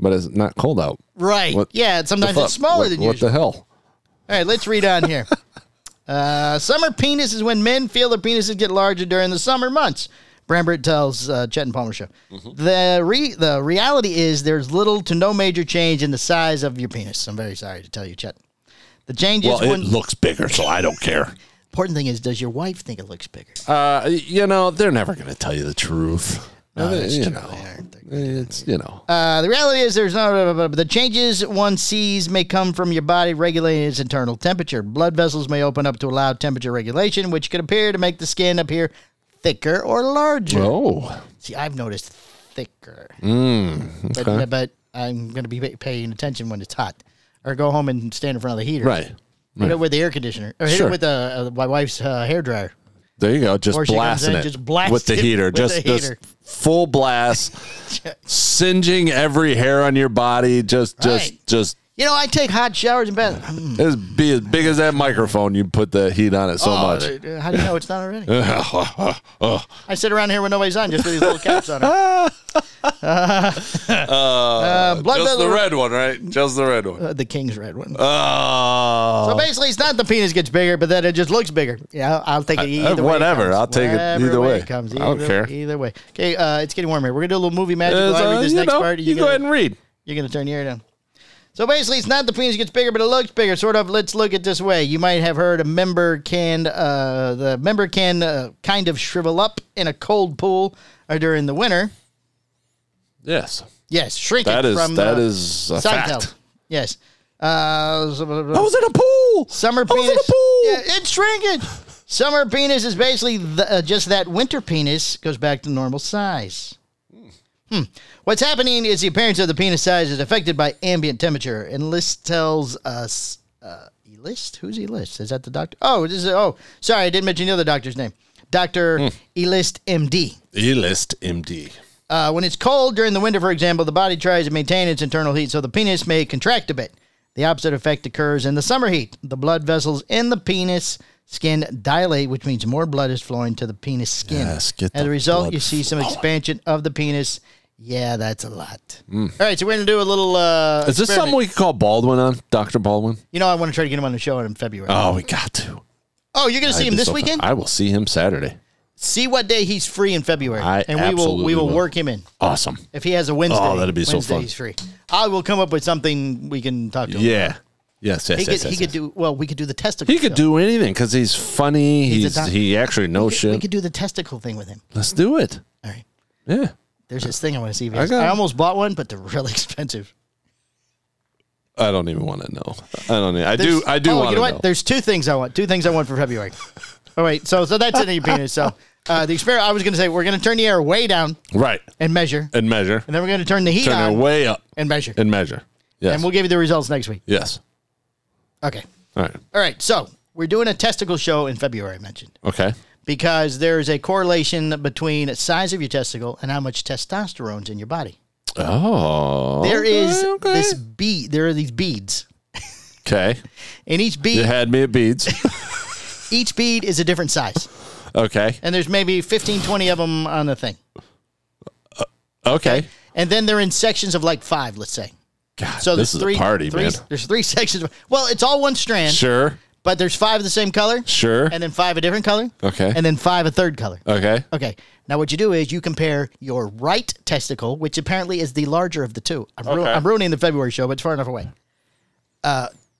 [SPEAKER 3] but it's not cold out.
[SPEAKER 2] Right.
[SPEAKER 3] What
[SPEAKER 2] yeah. and Sometimes
[SPEAKER 3] Fuck,
[SPEAKER 2] it's smaller
[SPEAKER 3] what,
[SPEAKER 2] than
[SPEAKER 3] what
[SPEAKER 2] usual.
[SPEAKER 3] the hell?
[SPEAKER 2] All right. Let's read on here. uh, summer penis is when men feel their penises get larger during the summer months. Brambert tells uh, Chet and Palmer show.
[SPEAKER 3] Mm-hmm.
[SPEAKER 2] The re- the reality is there's little to no major change in the size of your penis. I'm very sorry to tell you, Chet. The change is
[SPEAKER 3] Well, it
[SPEAKER 2] when
[SPEAKER 3] looks bigger, so I don't care.
[SPEAKER 2] important thing is does your wife think it looks bigger?
[SPEAKER 3] Uh, you know, they're never going to tell you the truth. Uh,
[SPEAKER 2] that's
[SPEAKER 3] you
[SPEAKER 2] true.
[SPEAKER 3] know,
[SPEAKER 2] They aren't. They're
[SPEAKER 3] it's you know.
[SPEAKER 2] Uh, the reality is there's no blah, blah, blah. the changes one sees may come from your body regulating its internal temperature. Blood vessels may open up to allow temperature regulation, which could appear to make the skin appear thicker or larger.
[SPEAKER 3] oh,
[SPEAKER 2] See, I've noticed thicker,
[SPEAKER 3] Mm,
[SPEAKER 2] but, but I'm going to be pay- paying attention when it's hot, or go home and stand in front of the heater,
[SPEAKER 3] right.
[SPEAKER 2] Hit it with the air conditioner, or hit
[SPEAKER 3] Sure.
[SPEAKER 2] it with uh, uh, my wife's uh, hair dryer.
[SPEAKER 3] There you go. Just
[SPEAKER 2] Or she comes
[SPEAKER 3] blasting
[SPEAKER 2] in,
[SPEAKER 3] it
[SPEAKER 2] just blast
[SPEAKER 3] with the
[SPEAKER 2] it
[SPEAKER 3] heater.
[SPEAKER 2] with
[SPEAKER 3] just,
[SPEAKER 2] the
[SPEAKER 3] just
[SPEAKER 2] heater.
[SPEAKER 3] full blast, singeing every hair on your body. Just,
[SPEAKER 2] Right.
[SPEAKER 3] just, just.
[SPEAKER 2] You know, I take hot showers in bed. Mm.
[SPEAKER 3] As be as big as that microphone. You put the heat on it so
[SPEAKER 2] Oh,
[SPEAKER 3] much. Oh,
[SPEAKER 2] uh, How do you know it's not already? I sit around here with nobody's on, just with these little caps on. it. Uh, blood
[SPEAKER 3] just
[SPEAKER 2] vessel,
[SPEAKER 3] the
[SPEAKER 2] the,
[SPEAKER 3] red one, right? Just the red one.
[SPEAKER 2] the king's red one.
[SPEAKER 3] Oh,
[SPEAKER 2] so basically, it's not the penis gets bigger, but then it just looks bigger. Yeah, I'll- I'll take it either way. it
[SPEAKER 3] whatever,
[SPEAKER 2] comes.
[SPEAKER 3] I'll take it
[SPEAKER 2] Whatever
[SPEAKER 3] either way.
[SPEAKER 2] It comes.
[SPEAKER 3] I
[SPEAKER 2] Either,
[SPEAKER 3] don't care.
[SPEAKER 2] Either way. Okay, uh, it's getting warm here. We're gonna do a little movie magic.
[SPEAKER 3] Uh,
[SPEAKER 2] while I
[SPEAKER 3] so,
[SPEAKER 2] read this
[SPEAKER 3] you
[SPEAKER 2] next
[SPEAKER 3] know,
[SPEAKER 2] part.
[SPEAKER 3] you go
[SPEAKER 2] gonna-
[SPEAKER 3] ahead and read.
[SPEAKER 2] You're going to turn your ear down. So basically, it's not the penis gets bigger, but it looks bigger. Sort of. Let's look at this way. You might have heard a member can uh, the member can uh, kind of shrivel up in a cold pool or during the winter.
[SPEAKER 3] Yes,
[SPEAKER 2] Yes, shrink
[SPEAKER 3] that
[SPEAKER 2] it
[SPEAKER 3] is
[SPEAKER 2] from
[SPEAKER 3] that
[SPEAKER 2] uh,
[SPEAKER 3] is a
[SPEAKER 2] Seinfeld.
[SPEAKER 3] fact.
[SPEAKER 2] Yes. Uh, so-
[SPEAKER 3] I was in a pool.
[SPEAKER 2] summer
[SPEAKER 3] I was
[SPEAKER 2] penis.
[SPEAKER 3] in a pool.
[SPEAKER 2] Yeah, it's shrinking. Summer penis is basically the, uh, just that winter penis goes back to normal size. Hmm. What's happening is the appearance of the penis size is affected by ambient temperature. And List tells us. Uh, Elist? Who's Elist? Is that the doctor? Oh, this is. Oh, sorry, I didn't mention the other doctor's name. Doctor
[SPEAKER 3] Hmm.
[SPEAKER 2] Elist MD.
[SPEAKER 3] E-list MD.
[SPEAKER 2] Uh, when it's cold during the winter, for example, the body tries to maintain its internal heat, so the penis may contract a bit. The opposite effect occurs in the summer heat. The blood vessels in the penis skin dilate, which means more blood is flowing to the penis skin.
[SPEAKER 3] Yes, get
[SPEAKER 2] As a
[SPEAKER 3] the
[SPEAKER 2] result,
[SPEAKER 3] blood
[SPEAKER 2] you see some expansion of the penis. Yeah, that's a lot. All right, so we're gonna do a little. Uh,
[SPEAKER 3] Mm. Is this
[SPEAKER 2] experiment.
[SPEAKER 3] something we could call Baldwin on? Dr. Baldwin?
[SPEAKER 2] You know, I want to try to get him on the show in February.
[SPEAKER 3] Oh, we got to.
[SPEAKER 2] oh, you're gonna see him this
[SPEAKER 3] I'd be so-
[SPEAKER 2] weekend.
[SPEAKER 3] I will see him Saturday.
[SPEAKER 2] see what day he's free in February,
[SPEAKER 3] I
[SPEAKER 2] and we will
[SPEAKER 3] absolutely
[SPEAKER 2] we will,
[SPEAKER 3] will.
[SPEAKER 2] work him in.
[SPEAKER 3] Awesome.
[SPEAKER 2] If he has a Wednesday,
[SPEAKER 3] Oh, that'd be so
[SPEAKER 2] Wednesday
[SPEAKER 3] fun.
[SPEAKER 2] He's free. I will come up with something we can talk to him.
[SPEAKER 3] Yeah. Yes, yes,
[SPEAKER 2] he
[SPEAKER 3] yes,
[SPEAKER 2] could
[SPEAKER 3] yes,
[SPEAKER 2] he
[SPEAKER 3] yes.
[SPEAKER 2] could do well. We could do the testicle.
[SPEAKER 3] He could
[SPEAKER 2] show.
[SPEAKER 3] do anything because he's funny.
[SPEAKER 2] a
[SPEAKER 3] He's,
[SPEAKER 2] doc-
[SPEAKER 3] he actually knows
[SPEAKER 2] We
[SPEAKER 3] shit.
[SPEAKER 2] could do the testicle thing with him.
[SPEAKER 3] Let's do it.
[SPEAKER 2] All right.
[SPEAKER 3] Yeah.
[SPEAKER 2] There's this thing I want to see. If he
[SPEAKER 3] I
[SPEAKER 2] has.
[SPEAKER 3] got
[SPEAKER 2] I
[SPEAKER 3] it.
[SPEAKER 2] almost bought one, but they're really expensive.
[SPEAKER 3] I don't even want to know. I don't. e- I
[SPEAKER 2] There's-
[SPEAKER 3] do. I do
[SPEAKER 2] oh,
[SPEAKER 3] want
[SPEAKER 2] you
[SPEAKER 3] to
[SPEAKER 2] know what?
[SPEAKER 3] know.
[SPEAKER 2] There's two things I want. Two things I want for February. All right. So so that's in your penis. So uh, the experiment. I was going to say we're going to turn the air way down
[SPEAKER 3] Right.
[SPEAKER 2] and measure,
[SPEAKER 3] And measure.
[SPEAKER 2] and then we're going to turn the heat
[SPEAKER 3] Turn
[SPEAKER 2] on
[SPEAKER 3] it way up
[SPEAKER 2] and measure,
[SPEAKER 3] and measure. Yes.
[SPEAKER 2] and we'll give you the results next week.
[SPEAKER 3] yes.
[SPEAKER 2] Okay.
[SPEAKER 3] All right.
[SPEAKER 2] All right. So we're doing a testicle show in February. I mentioned.
[SPEAKER 3] Okay.
[SPEAKER 2] because there's a correlation between size of your testicle and how much testosterone's in your body.
[SPEAKER 3] Oh.
[SPEAKER 2] There is
[SPEAKER 3] okay,
[SPEAKER 2] this
[SPEAKER 3] okay.
[SPEAKER 2] bead. There are these beads,
[SPEAKER 3] Okay.
[SPEAKER 2] and each bead,
[SPEAKER 3] You had me at beads.
[SPEAKER 2] each bead is a different size,
[SPEAKER 3] okay.
[SPEAKER 2] and there's maybe 15, 20 of them on the thing,
[SPEAKER 3] Okay.
[SPEAKER 2] and then they're in sections of like five, let's say.
[SPEAKER 3] God,
[SPEAKER 2] So
[SPEAKER 3] this
[SPEAKER 2] there's
[SPEAKER 3] is
[SPEAKER 2] three
[SPEAKER 3] a party,
[SPEAKER 2] three-
[SPEAKER 3] man.
[SPEAKER 2] There's three sections. of- Well, it's all one strand,
[SPEAKER 3] Sure.
[SPEAKER 2] but there's five of the same color,
[SPEAKER 3] Sure.
[SPEAKER 2] and then five a different color,
[SPEAKER 3] Okay.
[SPEAKER 2] and then five a third color.
[SPEAKER 3] okay.
[SPEAKER 2] Okay. Now what you do is you compare your right testicle, which apparently is the larger of the two. I'm, ru-
[SPEAKER 3] Okay.
[SPEAKER 2] I'm ruining the February show, but it's far enough away. Uh,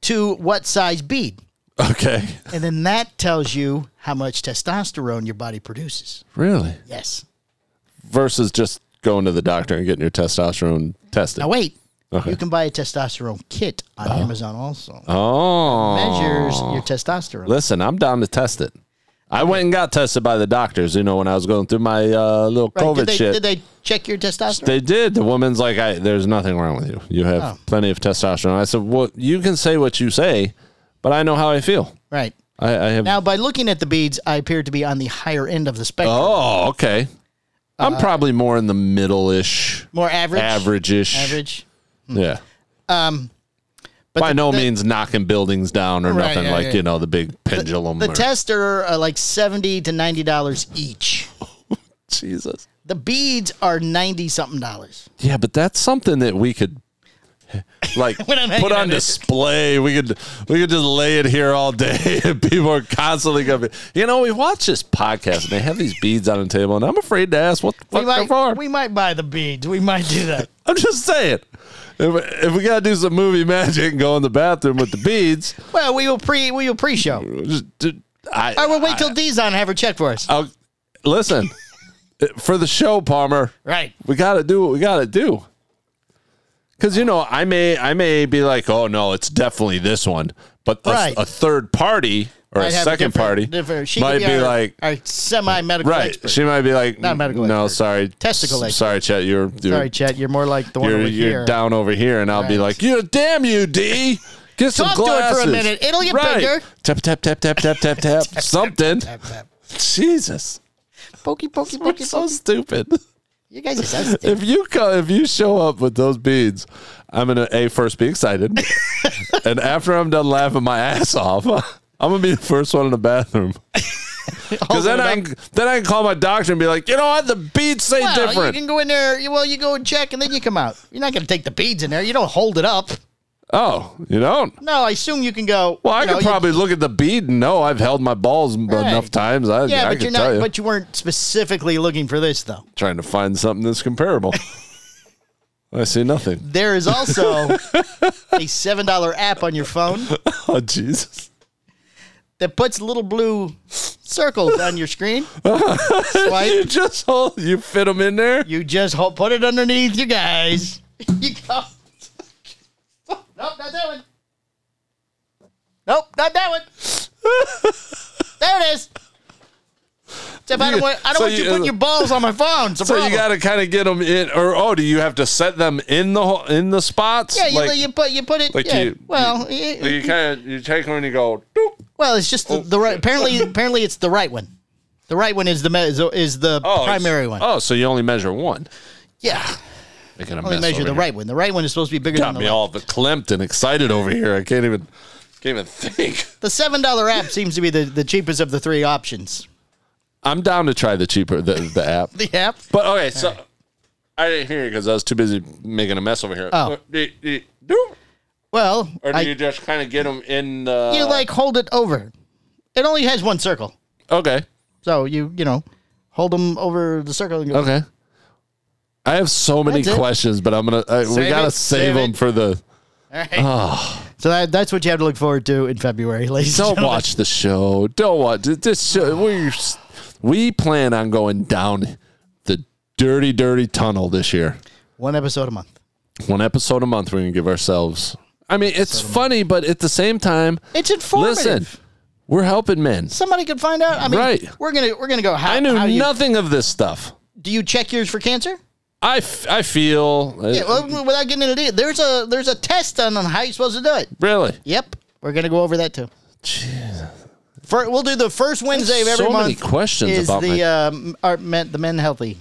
[SPEAKER 2] to what size bead,
[SPEAKER 3] Okay.
[SPEAKER 2] and then that tells you how much testosterone your body produces.
[SPEAKER 3] Really?
[SPEAKER 2] Yes.
[SPEAKER 3] Versus just going to the doctor and getting your testosterone tested.
[SPEAKER 2] Now wait.
[SPEAKER 3] Okay.
[SPEAKER 2] You can buy a testosterone kit on Amazon also.
[SPEAKER 3] oh.
[SPEAKER 2] Measures your testosterone.
[SPEAKER 3] Listen, I'm down to test it. I went and got tested by the doctors, you know, when I was going through my uh, little
[SPEAKER 2] Right,
[SPEAKER 3] COVID
[SPEAKER 2] did, they,
[SPEAKER 3] shit.
[SPEAKER 2] did they check your testosterone?
[SPEAKER 3] They did. The woman's like, I, "There's nothing wrong with you. You have
[SPEAKER 2] Oh.
[SPEAKER 3] plenty of testosterone." I said, "Well, you can say what you say, but I know how I feel.
[SPEAKER 2] right.
[SPEAKER 3] I, I have."
[SPEAKER 2] Now, by looking at the beads, I appear to be on the higher end of the spectrum.
[SPEAKER 3] oh, okay. I'm probably more in the middle-ish,
[SPEAKER 2] Uh, More average.
[SPEAKER 3] average-ish.
[SPEAKER 2] Average. Um,
[SPEAKER 3] Yeah.
[SPEAKER 2] But
[SPEAKER 3] By
[SPEAKER 2] the-
[SPEAKER 3] no
[SPEAKER 2] the-
[SPEAKER 3] means knocking buildings down or
[SPEAKER 2] Right,
[SPEAKER 3] nothing
[SPEAKER 2] yeah,
[SPEAKER 3] like
[SPEAKER 2] yeah.
[SPEAKER 3] you know the big pendulum.
[SPEAKER 2] The
[SPEAKER 3] or,
[SPEAKER 2] tests are uh, like seventy to ninety dollars each.
[SPEAKER 3] Jesus.
[SPEAKER 2] The beads are ninety something dollars.
[SPEAKER 3] Yeah, but that's something that we could like
[SPEAKER 2] When I'm hanging
[SPEAKER 3] put on
[SPEAKER 2] on it.
[SPEAKER 3] display. We could we could just lay it here all day and people are constantly gonna be you know, we watch this podcast and they have these beads on the table and I'm afraid to ask what the
[SPEAKER 2] We
[SPEAKER 3] fuck they're for.
[SPEAKER 2] might, we might buy the beads. We might do that.
[SPEAKER 3] I'm just saying. If, if we gotta do some movie magic and go in the bathroom with the beads,
[SPEAKER 2] Well, we will pre we will pre show.
[SPEAKER 3] just d- I,
[SPEAKER 2] I will wait till D's on and have her check for us.
[SPEAKER 3] I'll, listen. For the show, Palmer.
[SPEAKER 2] right.
[SPEAKER 3] we gotta do what we gotta do. Cause you know, I may I may be like, oh no, it's definitely this one. But a,
[SPEAKER 2] Right.
[SPEAKER 3] a third party or
[SPEAKER 2] Might
[SPEAKER 3] a
[SPEAKER 2] have
[SPEAKER 3] second
[SPEAKER 2] different-
[SPEAKER 3] party
[SPEAKER 2] different- she could
[SPEAKER 3] might be,
[SPEAKER 2] our-
[SPEAKER 3] like
[SPEAKER 2] our semi medical
[SPEAKER 3] Right.
[SPEAKER 2] expert.
[SPEAKER 3] She might be like
[SPEAKER 2] Not medical
[SPEAKER 3] No,
[SPEAKER 2] expert.
[SPEAKER 3] sorry.
[SPEAKER 2] Testicle
[SPEAKER 3] s- Sorry, Chet, you're you're,
[SPEAKER 2] Sorry, Chet, you're more like the one
[SPEAKER 3] you're,
[SPEAKER 2] over
[SPEAKER 3] you're
[SPEAKER 2] here.
[SPEAKER 3] down over here and I'll be
[SPEAKER 2] Right.
[SPEAKER 3] like, You damn you, D. Get some
[SPEAKER 2] Talk to it for a
[SPEAKER 3] glasses.
[SPEAKER 2] minute. It'll get
[SPEAKER 3] Right.
[SPEAKER 2] bigger.
[SPEAKER 3] Tap tap tap tap tap tap tap something.
[SPEAKER 2] Tap, tap.
[SPEAKER 3] Jesus.
[SPEAKER 2] Pokey, pokey,
[SPEAKER 3] We're
[SPEAKER 2] pokey,
[SPEAKER 3] so
[SPEAKER 2] pokey.
[SPEAKER 3] stupid.
[SPEAKER 2] You guys are so stupid.
[SPEAKER 3] if you co- if you show up with those beads, I'm gonna a first be excited, and after I'm done laughing my ass off, I'm gonna be the first one in the bathroom.
[SPEAKER 2] Oh,
[SPEAKER 3] Because then I can, then I can call my doctor and be like, you know what, the beads say
[SPEAKER 2] Well,
[SPEAKER 3] different.
[SPEAKER 2] you can go in there. you- Well, you go and check, and then you come out. You're not going to take the beads in there. You don't hold it up.
[SPEAKER 3] oh, you don't.
[SPEAKER 2] No, I assume you can go.
[SPEAKER 3] Well, I
[SPEAKER 2] you know,
[SPEAKER 3] could
[SPEAKER 2] you-
[SPEAKER 3] probably look at the bead and know I've held my balls m-
[SPEAKER 2] Right.
[SPEAKER 3] enough times. I,
[SPEAKER 2] yeah,
[SPEAKER 3] I
[SPEAKER 2] but you're
[SPEAKER 3] can tell
[SPEAKER 2] not.
[SPEAKER 3] you.
[SPEAKER 2] But you weren't specifically looking for this, though.
[SPEAKER 3] Trying to find something that's comparable. I see nothing.
[SPEAKER 2] There is also a seven dollar app on your phone
[SPEAKER 3] Oh Jesus!
[SPEAKER 2] that puts little blue circles on your screen. Swipe.
[SPEAKER 3] You just hold, you fit them in there.
[SPEAKER 2] You just ho- put it underneath you guys. you go. Oh, Nope, not that one. Nope, not that one. there it is. Except I don't
[SPEAKER 3] You-
[SPEAKER 2] want, I don't
[SPEAKER 3] so
[SPEAKER 2] want you,
[SPEAKER 3] you-
[SPEAKER 2] putting your balls on my phone. It's a
[SPEAKER 3] So
[SPEAKER 2] problem.
[SPEAKER 3] you got to kind of get them in, or oh, do you have to set them in the ho- in the spots?
[SPEAKER 2] yeah, you,
[SPEAKER 3] like,
[SPEAKER 2] you put you put it.
[SPEAKER 3] like
[SPEAKER 2] yeah,
[SPEAKER 3] you-
[SPEAKER 2] well,
[SPEAKER 3] so you kind of you take them and you go. doop.
[SPEAKER 2] well, it's just the,
[SPEAKER 3] Oh,
[SPEAKER 2] the right. Apparently, apparently, it's the right one. The right one is the me- is the- is the
[SPEAKER 3] Oh, it's-
[SPEAKER 2] primary one.
[SPEAKER 3] Oh, so you only measure one.
[SPEAKER 2] Yeah,
[SPEAKER 3] I gotta
[SPEAKER 2] only measure the right one. The right one is supposed to be bigger
[SPEAKER 3] Got
[SPEAKER 2] than the
[SPEAKER 3] me
[SPEAKER 2] left.
[SPEAKER 3] all verklempt and excited over here. I can't even can't even think.
[SPEAKER 2] The seven dollar app seems to be the, the cheapest of the three options.
[SPEAKER 3] I'm down to try the cheaper the, the app.
[SPEAKER 2] The app.
[SPEAKER 3] But okay, so I didn't hear you because I was too busy making a mess over here.
[SPEAKER 2] Oh.
[SPEAKER 3] Do- do- do-
[SPEAKER 2] Well,
[SPEAKER 3] Or do
[SPEAKER 2] I-
[SPEAKER 3] you just kind of get them in? Uh,
[SPEAKER 2] you like hold it over. It only has one circle,
[SPEAKER 3] okay.
[SPEAKER 2] so you you know hold them over the circle and go.
[SPEAKER 3] Okay. I have so many
[SPEAKER 2] That's it.
[SPEAKER 3] questions, but I'm gonna I, we
[SPEAKER 2] Save
[SPEAKER 3] gotta
[SPEAKER 2] it,
[SPEAKER 3] save
[SPEAKER 2] save
[SPEAKER 3] them
[SPEAKER 2] it.
[SPEAKER 3] for the.
[SPEAKER 2] All right. So that, that's what you have to look forward to in February, ladies. and
[SPEAKER 3] Don't
[SPEAKER 2] gentlemen.
[SPEAKER 3] watch the show. Don't watch it. this show. We we plan on going down the dirty, dirty tunnel this year.
[SPEAKER 2] one episode a month.
[SPEAKER 3] One episode a month. We're gonna give ourselves. I mean, it's funny, but at the same time,
[SPEAKER 2] It's informative.
[SPEAKER 3] listen, we're helping men.
[SPEAKER 2] somebody could find out. I mean,
[SPEAKER 3] Right.
[SPEAKER 2] we're gonna we're gonna go. How,
[SPEAKER 3] I knew
[SPEAKER 2] how you-
[SPEAKER 3] nothing of this stuff.
[SPEAKER 2] do you check yours for cancer?
[SPEAKER 3] I, f- I feel uh,
[SPEAKER 2] Yeah, well, without getting into it, there's a there's a test on, on how you're supposed to do it.
[SPEAKER 3] really
[SPEAKER 2] Yep, we're gonna go over that too. Fir- we'll do the first Wednesday of every
[SPEAKER 3] so
[SPEAKER 2] month.
[SPEAKER 3] many questions
[SPEAKER 2] is
[SPEAKER 3] about
[SPEAKER 2] the
[SPEAKER 3] my-
[SPEAKER 2] um, our men, the men healthy?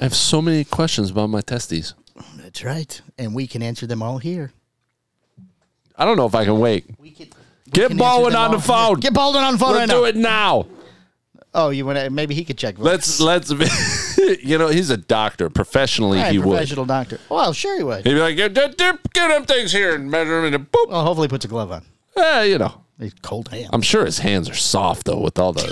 [SPEAKER 3] I have so many questions about my testes.
[SPEAKER 2] That's right, and we can answer them all here.
[SPEAKER 3] I don't know if I can wait.
[SPEAKER 2] We can.
[SPEAKER 3] Get Baldwin on the phone.
[SPEAKER 2] Get Baldwin on the phone
[SPEAKER 3] Let's
[SPEAKER 2] right
[SPEAKER 3] do
[SPEAKER 2] now.
[SPEAKER 3] it now.
[SPEAKER 2] Oh, you want to? Maybe he could check.
[SPEAKER 3] Let's let's. you know, he's a doctor. Professionally,
[SPEAKER 2] All right,
[SPEAKER 3] he would.
[SPEAKER 2] professional doctor. Well, sure he would.
[SPEAKER 3] He'd be like, "Yeah, d- d- get them things here and measure them in a boop.
[SPEAKER 2] Well, hopefully he puts a glove on.
[SPEAKER 3] Eh, you know,
[SPEAKER 2] He's cold hand.
[SPEAKER 3] I'm sure his hands are soft though with all the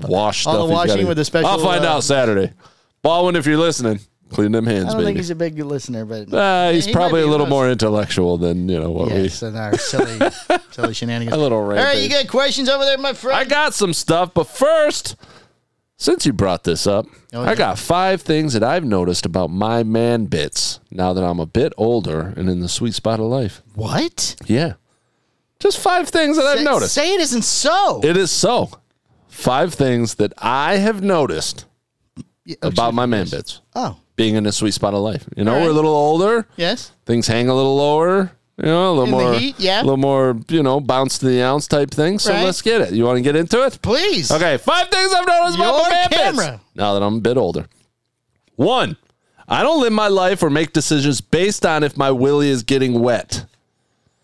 [SPEAKER 3] wash
[SPEAKER 2] All the
[SPEAKER 3] stuff. he's
[SPEAKER 2] washing
[SPEAKER 3] gotta-
[SPEAKER 2] with the special,
[SPEAKER 3] I'll find
[SPEAKER 2] uh,
[SPEAKER 3] out Saturday. Baldwin, if you're listening, clean them hands,
[SPEAKER 2] I don't think
[SPEAKER 3] baby.
[SPEAKER 2] he's a big listener, but
[SPEAKER 3] Ah, he's
[SPEAKER 2] he might
[SPEAKER 3] probably
[SPEAKER 2] be
[SPEAKER 3] a little
[SPEAKER 2] with us.
[SPEAKER 3] more intellectual than you know what
[SPEAKER 2] yes,
[SPEAKER 3] we.
[SPEAKER 2] and our silly, silly shenanigans.
[SPEAKER 3] A little
[SPEAKER 2] All right, you
[SPEAKER 3] rampage.
[SPEAKER 2] got questions over there, my friend?
[SPEAKER 3] I got some stuff, but first, since you brought this up,
[SPEAKER 2] Oh,
[SPEAKER 3] I
[SPEAKER 2] yeah.
[SPEAKER 3] got five things that I've noticed about my man bits now that I'm a bit older and in the sweet spot of life.
[SPEAKER 2] what?
[SPEAKER 3] Yeah. Just five things that I've
[SPEAKER 2] Say-
[SPEAKER 3] noticed.
[SPEAKER 2] Say it isn't so.
[SPEAKER 3] It is so. five things that I have noticed
[SPEAKER 2] Yeah, oh,
[SPEAKER 3] about
[SPEAKER 2] shit.
[SPEAKER 3] my man bits
[SPEAKER 2] Oh,
[SPEAKER 3] being in the sweet spot of life. You know,
[SPEAKER 2] All right.
[SPEAKER 3] we're a little older,
[SPEAKER 2] yes.
[SPEAKER 3] things hang a little lower. You know, a little
[SPEAKER 2] In the
[SPEAKER 3] more,
[SPEAKER 2] heat, yeah.
[SPEAKER 3] a little more, you know, bounce to the ounce type thing. So
[SPEAKER 2] Right.
[SPEAKER 3] let's get it. You want to get into it?
[SPEAKER 2] Please.
[SPEAKER 3] Okay, five things I've noticed about
[SPEAKER 2] Your
[SPEAKER 3] my man bits
[SPEAKER 2] camera.
[SPEAKER 3] Now that I'm a bit older. One, I don't live my life or make decisions based on if my willy is getting wet.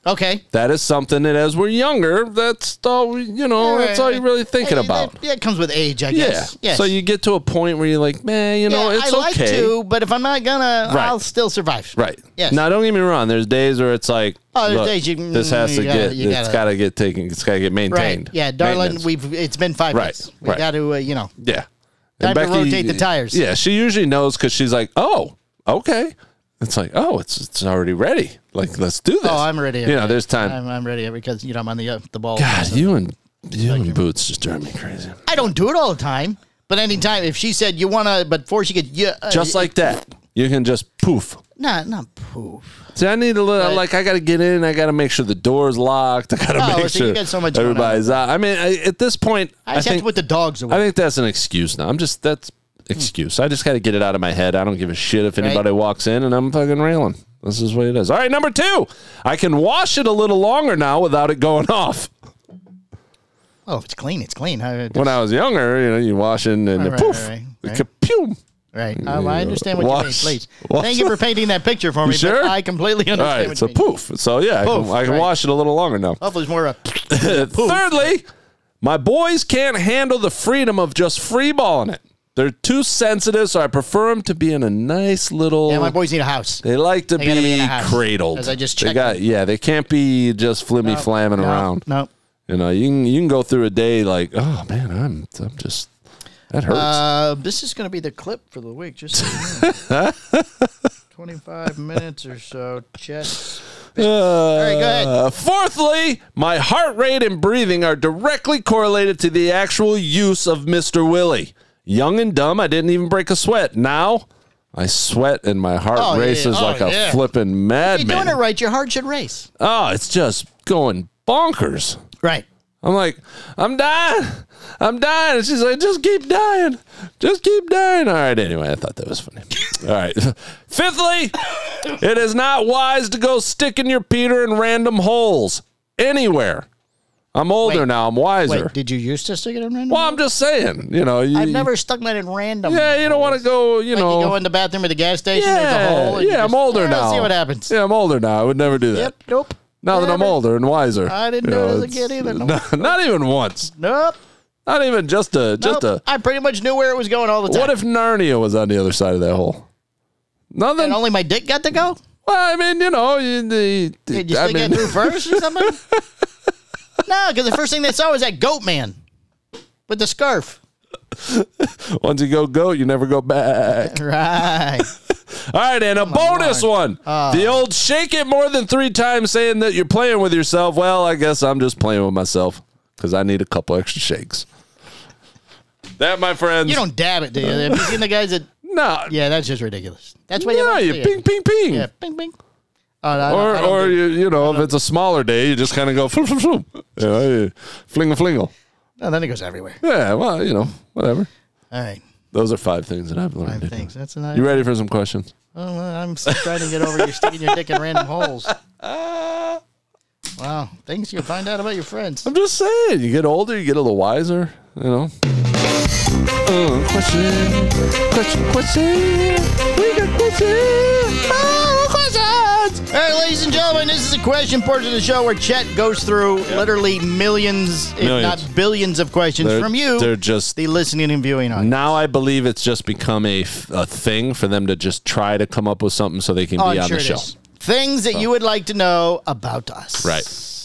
[SPEAKER 2] Okay.
[SPEAKER 3] That is something that as we're younger, that's all we- you know, Oh, that's all you're really thinking
[SPEAKER 2] Hey,
[SPEAKER 3] about.
[SPEAKER 2] That, yeah, it comes with age, I
[SPEAKER 3] Yeah.
[SPEAKER 2] guess. Yes.
[SPEAKER 3] So you get to a point where you're like, man, you know,
[SPEAKER 2] Yeah,
[SPEAKER 3] it's
[SPEAKER 2] I like
[SPEAKER 3] okay.
[SPEAKER 2] to, but if I'm not gonna,
[SPEAKER 3] Right.
[SPEAKER 2] I'll still survive.
[SPEAKER 3] Right.
[SPEAKER 2] Yes.
[SPEAKER 3] Now, don't get me wrong. There's days where it's like,
[SPEAKER 2] Oh, there's
[SPEAKER 3] look,
[SPEAKER 2] days you-
[SPEAKER 3] this has
[SPEAKER 2] you
[SPEAKER 3] to
[SPEAKER 2] gotta-
[SPEAKER 3] get,
[SPEAKER 2] you
[SPEAKER 3] it's
[SPEAKER 2] gotta-
[SPEAKER 3] got to get taken. It's got to get maintained.
[SPEAKER 2] Right. Yeah, darling,
[SPEAKER 3] Maintenance.
[SPEAKER 2] we've it's been five
[SPEAKER 3] Right,
[SPEAKER 2] minutes. We
[SPEAKER 3] right.
[SPEAKER 2] got to, uh, you know.
[SPEAKER 3] Yeah.
[SPEAKER 2] Time to rotate the tires.
[SPEAKER 3] Yeah, she usually knows because she's like, oh, okay. It's like, oh, it's it's already ready. Like, let's do this.
[SPEAKER 2] Oh, I'm ready.
[SPEAKER 3] You know, there's time.
[SPEAKER 2] I'm, I'm ready because you know I'm on the uh, the ball.
[SPEAKER 3] God, you and you and Boots just drive me crazy.
[SPEAKER 2] I don't do it all the time, but anytime if she said you wanna, but before she could, yeah, uh,
[SPEAKER 3] Just like that, you can just poof.
[SPEAKER 2] not not poof.
[SPEAKER 3] See, I need to look, like I got to get in. I got to make sure the door's locked. I got to
[SPEAKER 2] Oh,
[SPEAKER 3] make
[SPEAKER 2] so you
[SPEAKER 3] sure
[SPEAKER 2] got so much going on.
[SPEAKER 3] everybody's out. I mean, I, at this point, I,
[SPEAKER 2] I just have
[SPEAKER 3] think
[SPEAKER 2] to put the dogs
[SPEAKER 3] I
[SPEAKER 2] away.
[SPEAKER 3] think that's an excuse now. I'm just that's excuse. I just got to get it out of my head. I don't give a shit if anybody walks in and I'm fucking railing. This is what it is. All right, number two, I can wash it a little longer now without it going off.
[SPEAKER 2] oh, if it's clean. It's clean. I,
[SPEAKER 3] When I was younger, you know, you wash it and
[SPEAKER 2] Right,
[SPEAKER 3] it
[SPEAKER 2] right,
[SPEAKER 3] poof,
[SPEAKER 2] right,
[SPEAKER 3] it
[SPEAKER 2] right.
[SPEAKER 3] ka-pew.
[SPEAKER 2] right. Um, I understand what you mean.
[SPEAKER 3] Wash-
[SPEAKER 2] Please.
[SPEAKER 3] wash-
[SPEAKER 2] Thank you for painting that picture for me. but
[SPEAKER 3] sure?
[SPEAKER 2] I completely
[SPEAKER 3] All
[SPEAKER 2] understand.
[SPEAKER 3] right,
[SPEAKER 2] what
[SPEAKER 3] so
[SPEAKER 2] you mean.
[SPEAKER 3] poof. So yeah, I
[SPEAKER 2] Poof,
[SPEAKER 3] can, I can
[SPEAKER 2] right.
[SPEAKER 3] wash it a little longer now.
[SPEAKER 2] Hopefully, it's more of a
[SPEAKER 3] Thirdly, my boys can't handle the freedom of just freeballing it. They're too sensitive, so I prefer them to be in a nice little.
[SPEAKER 2] yeah. My boys need a house.
[SPEAKER 3] They like to
[SPEAKER 2] gotta
[SPEAKER 3] be,
[SPEAKER 2] be in a house,
[SPEAKER 3] cradled.
[SPEAKER 2] as I just
[SPEAKER 3] they
[SPEAKER 2] checked.
[SPEAKER 3] got, yeah, they can't be just flimmy flamming
[SPEAKER 2] No,
[SPEAKER 3] around.
[SPEAKER 2] No.
[SPEAKER 3] You know, you can you can go through a day like, oh man, I'm I'm just that hurts.
[SPEAKER 2] Uh, this is going to be the clip for the week. Just so you know. 25 minutes or so. Chest. right, go ahead.
[SPEAKER 3] Uh, Fourthly, my heart rate and breathing are directly correlated to the actual use of Mister Willie. Young and dumb, I didn't even break a sweat. Now. I sweat and my heart
[SPEAKER 2] Oh, yeah,
[SPEAKER 3] races
[SPEAKER 2] oh,
[SPEAKER 3] like a
[SPEAKER 2] yeah.
[SPEAKER 3] flipping
[SPEAKER 2] If you're doing it
[SPEAKER 3] madman.
[SPEAKER 2] right, your heart should race.
[SPEAKER 3] Oh, it's just going bonkers.
[SPEAKER 2] Right.
[SPEAKER 3] I'm like, I'm dying. I'm dying. And she's like, just keep dying. Just keep dying. All right. Anyway, I thought that was funny. All right. Fifthly, it is not wise to go sticking your Peter in random holes anywhere. I'm older
[SPEAKER 2] Wait.
[SPEAKER 3] now. I'm wiser.
[SPEAKER 2] Wait, did you used to stick it in random?
[SPEAKER 3] well, I'm just saying, you know, you,
[SPEAKER 2] I've never stuck mine in random.
[SPEAKER 3] yeah, you don't want to go, you
[SPEAKER 2] Like
[SPEAKER 3] know,
[SPEAKER 2] you go in the bathroom at the gas station,
[SPEAKER 3] yeah,
[SPEAKER 2] there's a hole. and you
[SPEAKER 3] yeah, I'm
[SPEAKER 2] just-
[SPEAKER 3] older
[SPEAKER 2] Yeah,
[SPEAKER 3] now.
[SPEAKER 2] Let's see what happens.
[SPEAKER 3] Yeah, I'm older now. I would never do that.
[SPEAKER 2] Yep. Nope.
[SPEAKER 3] Now that I'm
[SPEAKER 2] Never.
[SPEAKER 3] older and wiser.
[SPEAKER 2] I didn't
[SPEAKER 3] you
[SPEAKER 2] do it as a
[SPEAKER 3] it's-
[SPEAKER 2] kid either.
[SPEAKER 3] Not, not even once.
[SPEAKER 2] Nope.
[SPEAKER 3] Not even just a just
[SPEAKER 2] nope.
[SPEAKER 3] a
[SPEAKER 2] I pretty much knew where it was going all the time.
[SPEAKER 3] What if Narnia was on the other side of that hole? Nothing.
[SPEAKER 2] and only my dick got to go?
[SPEAKER 3] well, I mean, you know, you, the,
[SPEAKER 2] Did you
[SPEAKER 3] I
[SPEAKER 2] stick
[SPEAKER 3] mean,
[SPEAKER 2] that through first or something? no, because the first thing they saw was that goat man with the scarf.
[SPEAKER 3] once you go goat, you never go back.
[SPEAKER 2] Right.
[SPEAKER 3] All right,
[SPEAKER 2] Oh
[SPEAKER 3] and a bonus one.
[SPEAKER 2] Uh.
[SPEAKER 3] the old shake it more than three times saying that you're playing with yourself. Well, I guess I'm just playing with myself because I need a couple extra shakes. That, my friends.
[SPEAKER 2] You don't dab it, do you? Have you seen the guys that?
[SPEAKER 3] No.
[SPEAKER 2] Yeah, that's just ridiculous. That's why you
[SPEAKER 3] No,
[SPEAKER 2] don't
[SPEAKER 3] you
[SPEAKER 2] see
[SPEAKER 3] ping,
[SPEAKER 2] it.
[SPEAKER 3] ping, ping.
[SPEAKER 2] Yeah, ping, ping. Oh, no, I don't-
[SPEAKER 3] Or,
[SPEAKER 2] I don't
[SPEAKER 3] or
[SPEAKER 2] do-
[SPEAKER 3] you, you know, if it's a smaller day, you just kind of go, floop, floop, floop. You know, you flingle, flingle.
[SPEAKER 2] no, then it goes everywhere.
[SPEAKER 3] Yeah, well, you know, whatever.
[SPEAKER 2] All right.
[SPEAKER 3] Those are five things that I've learned.
[SPEAKER 2] Five things. That's another.
[SPEAKER 3] You ready for some questions?
[SPEAKER 2] Oh, well, I'm still trying to get over you sticking your dick in random holes. Wow, things you find out about your friends.
[SPEAKER 3] I'm just saying, you get older, you get a little wiser, you know. Uh, question, question, question. We got questions. Oh, questions.
[SPEAKER 2] All right, ladies and gentlemen, this is a question portion of the show where Chet goes through literally millions, if
[SPEAKER 3] Millions.
[SPEAKER 2] not billions, of questions
[SPEAKER 3] They're-
[SPEAKER 2] from you,
[SPEAKER 3] They're just.
[SPEAKER 2] the listening and viewing audience.
[SPEAKER 3] Now I believe it's just become a, f- a thing for them to just try to come up with something so they can
[SPEAKER 2] Oh,
[SPEAKER 3] be
[SPEAKER 2] I'm
[SPEAKER 3] on
[SPEAKER 2] sure
[SPEAKER 3] the
[SPEAKER 2] it
[SPEAKER 3] show.
[SPEAKER 2] is. Things that you would like to know about us.
[SPEAKER 3] Right.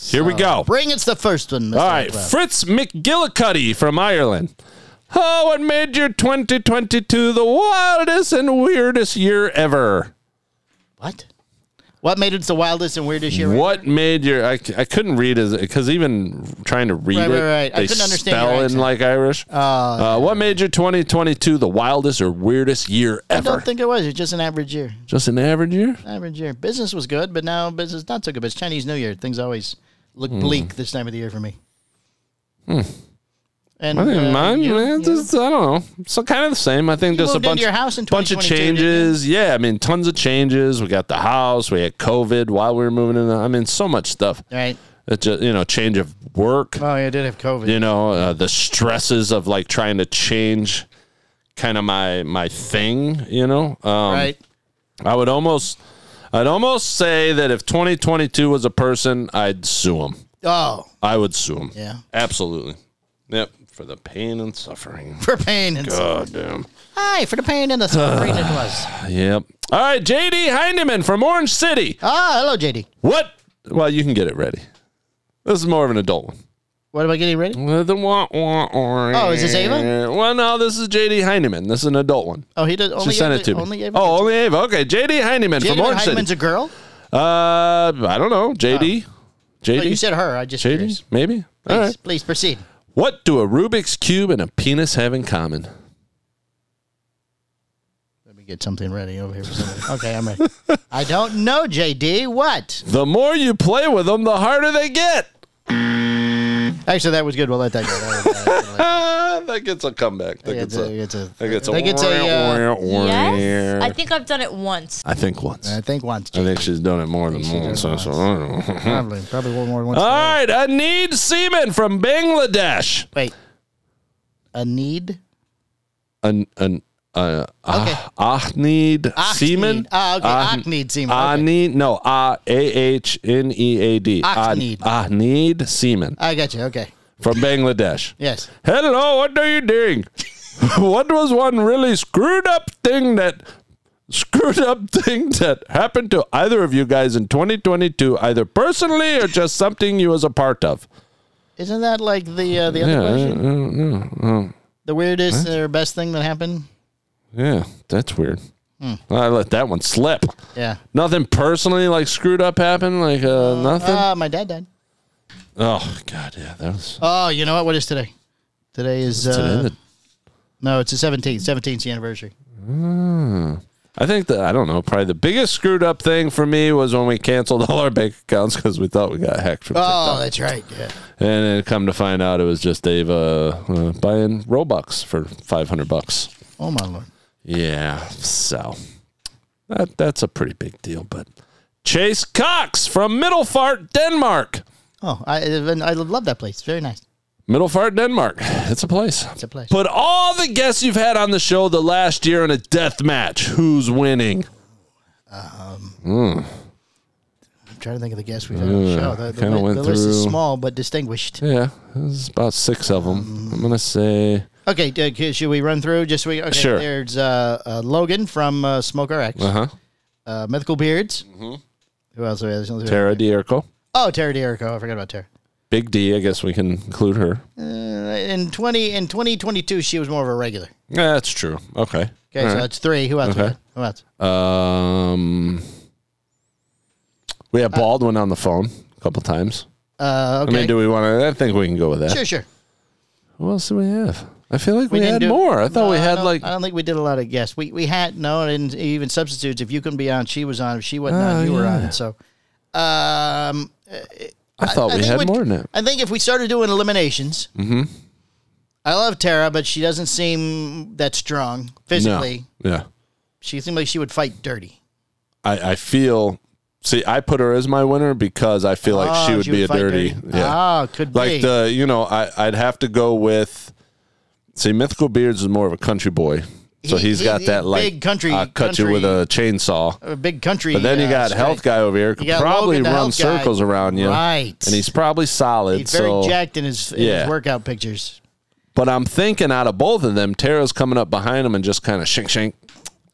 [SPEAKER 3] Here we go.
[SPEAKER 2] Bring it's the first one. Mr.
[SPEAKER 3] All right,
[SPEAKER 2] Blackwell.
[SPEAKER 3] Fritz McGillicuddy from Ireland. Oh, what made your 2022 the wildest and weirdest year ever?
[SPEAKER 2] What? What made it the wildest and weirdest year?
[SPEAKER 3] What made your? I, c- I couldn't read as because even trying to read
[SPEAKER 2] Right,
[SPEAKER 3] it,
[SPEAKER 2] right, right. I
[SPEAKER 3] they
[SPEAKER 2] couldn't understand your
[SPEAKER 3] spell in
[SPEAKER 2] accent. Oh,
[SPEAKER 3] like Irish. uh, what made your 2022 the wildest or weirdest year
[SPEAKER 2] I
[SPEAKER 3] ever?
[SPEAKER 2] don't think it was. It's just an average year.
[SPEAKER 3] Just an average year.
[SPEAKER 2] Average year. Business was good, but now business not so good. But it's
[SPEAKER 3] Hmm.
[SPEAKER 2] Chinese New Year. Things always look bleak this time of the year for me. And
[SPEAKER 3] I think
[SPEAKER 2] uh,
[SPEAKER 3] mine,
[SPEAKER 2] you-
[SPEAKER 3] man,
[SPEAKER 2] you-
[SPEAKER 3] just, I don't know. So kind of the same. I think just a
[SPEAKER 2] moved into
[SPEAKER 3] bunch,
[SPEAKER 2] your house in
[SPEAKER 3] bunch of
[SPEAKER 2] 2022, didn't you?
[SPEAKER 3] changes. Yeah, I mean, tons of changes. We got the house. We had COVID while we were moving in. I mean, so much stuff.
[SPEAKER 2] right.
[SPEAKER 3] It just, you know, change of work.
[SPEAKER 2] Oh, yeah, I did have COVID.
[SPEAKER 3] you know uh, the stresses of like trying to change kind of my my thing you know um
[SPEAKER 2] right.
[SPEAKER 3] i would almost i'd almost say that if 2022 was a person i'd sue him
[SPEAKER 2] Oh,
[SPEAKER 3] i would sue him
[SPEAKER 2] Yeah.
[SPEAKER 3] absolutely yep for the pain and suffering
[SPEAKER 2] for pain and
[SPEAKER 3] god damn
[SPEAKER 2] Hi, for the pain and the suffering it was.
[SPEAKER 3] yep all right jd heineman from orange city
[SPEAKER 2] Ah, hello, JD.
[SPEAKER 3] what well you can get it ready this is more of an adult one
[SPEAKER 2] What am I getting ready?
[SPEAKER 3] Uh, the wah, wah,
[SPEAKER 2] Oh, is this Ava?
[SPEAKER 3] Well, no, this is JD Heineman. This is an adult one.
[SPEAKER 2] Oh, he does only.
[SPEAKER 3] She sent it
[SPEAKER 2] Ava-
[SPEAKER 3] to me.
[SPEAKER 2] Only Ava-
[SPEAKER 3] oh, only Ava. Okay, JD Heineman
[SPEAKER 2] JD
[SPEAKER 3] from Orange
[SPEAKER 2] Hyman's
[SPEAKER 3] City.
[SPEAKER 2] a girl.
[SPEAKER 3] uh, I don't know. JD.
[SPEAKER 2] But Oh. you
[SPEAKER 3] JD.
[SPEAKER 2] said her. I just
[SPEAKER 3] JD.
[SPEAKER 2] curious.
[SPEAKER 3] Maybe.
[SPEAKER 2] Please,
[SPEAKER 3] All right.
[SPEAKER 2] please proceed.
[SPEAKER 3] What do a Rubik's cube and a penis have in common?
[SPEAKER 2] Let me get something ready over here. For somebody. okay, I'm ready. I don't know, JD. What?
[SPEAKER 3] The more you play with them, the harder they get.
[SPEAKER 2] Actually, that was good. We'll let that go. That was- uh, that was-
[SPEAKER 3] Ah, that gets a comeback. That
[SPEAKER 2] That
[SPEAKER 3] gets
[SPEAKER 2] gets a-
[SPEAKER 3] a.
[SPEAKER 2] gets a-
[SPEAKER 3] That gets a.
[SPEAKER 2] that gets a,
[SPEAKER 4] Yes, I think I've done it once.
[SPEAKER 3] I think once.
[SPEAKER 2] I think once.
[SPEAKER 3] I
[SPEAKER 2] JD.
[SPEAKER 3] think she's done it more than
[SPEAKER 2] she did
[SPEAKER 3] once.
[SPEAKER 2] it
[SPEAKER 3] That's what I don't know.
[SPEAKER 2] Probably, probably one more than once.
[SPEAKER 3] All right, I need semen from Bangladesh.
[SPEAKER 2] Wait. A need.
[SPEAKER 3] An an uh,
[SPEAKER 2] Okay.
[SPEAKER 3] ah, need
[SPEAKER 2] Ach
[SPEAKER 3] semen.
[SPEAKER 2] need. Ah, okay.
[SPEAKER 3] Ah,
[SPEAKER 2] Ach need semen.
[SPEAKER 3] Ah,
[SPEAKER 2] Okay.
[SPEAKER 3] need no. Ah, a h n e a d. Ah,
[SPEAKER 2] Achnid.
[SPEAKER 3] ah, need semen
[SPEAKER 2] I got you. Okay.
[SPEAKER 3] from Bangladesh.
[SPEAKER 2] Yes.
[SPEAKER 3] Hello, what are you doing? what was one really screwed up thing that screwed up thing that happened to either of you guys in 2022, either personally or just something you was a part of?
[SPEAKER 2] Isn't that like the uh, the other question? the weirdest or best thing that happened?
[SPEAKER 3] Yeah, that's weird.
[SPEAKER 2] Hmm.
[SPEAKER 3] I let that one slip.
[SPEAKER 2] Yeah.
[SPEAKER 3] Nothing personally like screwed up happened, like uh, nothing.
[SPEAKER 2] Uh, my dad died.
[SPEAKER 3] oh god, yeah, that was
[SPEAKER 2] Oh, you know what? What is today? Today is uh,
[SPEAKER 3] today. that-
[SPEAKER 2] no, it's the seventeenth. Seventeenth anniversary.
[SPEAKER 3] I think that I don't know. Probably the biggest screwed up thing for me was when we canceled all our bank accounts because we thought we got hacked from
[SPEAKER 2] Oh,
[SPEAKER 3] TikTok,
[SPEAKER 2] that's right. Yeah.
[SPEAKER 3] and then come to find out it was just Dave uh, uh, buying Robux for five hundred bucks.
[SPEAKER 2] Oh my lord.
[SPEAKER 3] Yeah, so that that's a pretty big deal. But Chase Cox from Middlefart, Denmark.
[SPEAKER 2] Oh, I I love that place. Very nice.
[SPEAKER 3] Middlefart, Denmark. It's a place.
[SPEAKER 2] It's a place.
[SPEAKER 3] Put all the guests you've had on the show the last year in a death match. Who's winning?
[SPEAKER 2] I'm trying to think of the guests we've had on the show. The, the,
[SPEAKER 3] kinda
[SPEAKER 2] li-
[SPEAKER 3] went
[SPEAKER 2] the list is
[SPEAKER 3] through-
[SPEAKER 2] small but distinguished.
[SPEAKER 3] Yeah, there's about six of them. I'm gonna say.
[SPEAKER 2] Okay, d- okay, should we run through? Just we. Okay,
[SPEAKER 3] Sure.
[SPEAKER 2] There's uh, uh, Logan from uh, Smoke RX.
[SPEAKER 3] Uh huh.
[SPEAKER 2] Uh, Mythical Beards. Who else? Are we, there's-
[SPEAKER 3] Mm-hmm. Tara D'Erco.
[SPEAKER 2] Oh, Tara D'Erico. I forgot about Tara.
[SPEAKER 3] Big D. I guess we can include her.
[SPEAKER 2] Uh, in twenty in twenty twenty two, she was more of a regular.
[SPEAKER 3] Yeah, that's true. Okay.
[SPEAKER 2] Okay,
[SPEAKER 3] All
[SPEAKER 2] so
[SPEAKER 3] right.
[SPEAKER 2] that's three. Who else? we
[SPEAKER 3] Okay.
[SPEAKER 2] got? Who else?
[SPEAKER 3] Um, we had Baldwin on the phone a couple times.
[SPEAKER 2] Uh,
[SPEAKER 3] I
[SPEAKER 2] okay.
[SPEAKER 3] mean, do we want to? I think we can go with that.
[SPEAKER 2] sure, sure.
[SPEAKER 3] Who else do we have? I feel like we, had
[SPEAKER 2] do-
[SPEAKER 3] more. I thought
[SPEAKER 2] No,
[SPEAKER 3] we had
[SPEAKER 2] don't- uh,
[SPEAKER 3] like.
[SPEAKER 2] I don't think we did a lot of guests. We we had no, and even substitutes. If you couldn't be on, she was on. If she wasn't
[SPEAKER 3] Oh,
[SPEAKER 2] on, you were
[SPEAKER 3] yeah.
[SPEAKER 2] on. So, um,
[SPEAKER 3] I thought
[SPEAKER 2] I
[SPEAKER 3] we
[SPEAKER 2] think
[SPEAKER 3] had
[SPEAKER 2] we'd-
[SPEAKER 3] more than that. Mm-hmm.
[SPEAKER 2] I think if we started doing eliminations, I love Tara, but she doesn't seem that strong physically.
[SPEAKER 3] No. Yeah.
[SPEAKER 2] She seemed like she would fight dirty.
[SPEAKER 3] I, I feel. See, I put her as my winner because I feel like she
[SPEAKER 2] Oh,
[SPEAKER 3] would be a
[SPEAKER 2] fight
[SPEAKER 3] dirty. Yeah.
[SPEAKER 2] Ah, could
[SPEAKER 3] like
[SPEAKER 2] be.
[SPEAKER 3] the you know I I'd have to go with. See, Mythical Beards is more of a country boy, so
[SPEAKER 2] He-
[SPEAKER 3] he's
[SPEAKER 2] he-
[SPEAKER 3] got
[SPEAKER 2] he-
[SPEAKER 3] that like
[SPEAKER 2] big country-
[SPEAKER 3] I cut you with
[SPEAKER 2] country-
[SPEAKER 3] a chainsaw.
[SPEAKER 2] a big country.
[SPEAKER 3] But then you
[SPEAKER 2] uh,
[SPEAKER 3] got
[SPEAKER 2] strength.
[SPEAKER 3] health guy over here
[SPEAKER 2] You
[SPEAKER 3] could
[SPEAKER 2] got
[SPEAKER 3] probably
[SPEAKER 2] Logan, the
[SPEAKER 3] run
[SPEAKER 2] health guy.
[SPEAKER 3] circles around you,
[SPEAKER 2] Right.
[SPEAKER 3] And he's probably solid.
[SPEAKER 2] He's very
[SPEAKER 3] so,
[SPEAKER 2] jacked in his, in
[SPEAKER 3] Yeah.
[SPEAKER 2] his workout pictures.
[SPEAKER 3] but I'm thinking out of both of them, Tara's coming up behind him and just kind of shink shink,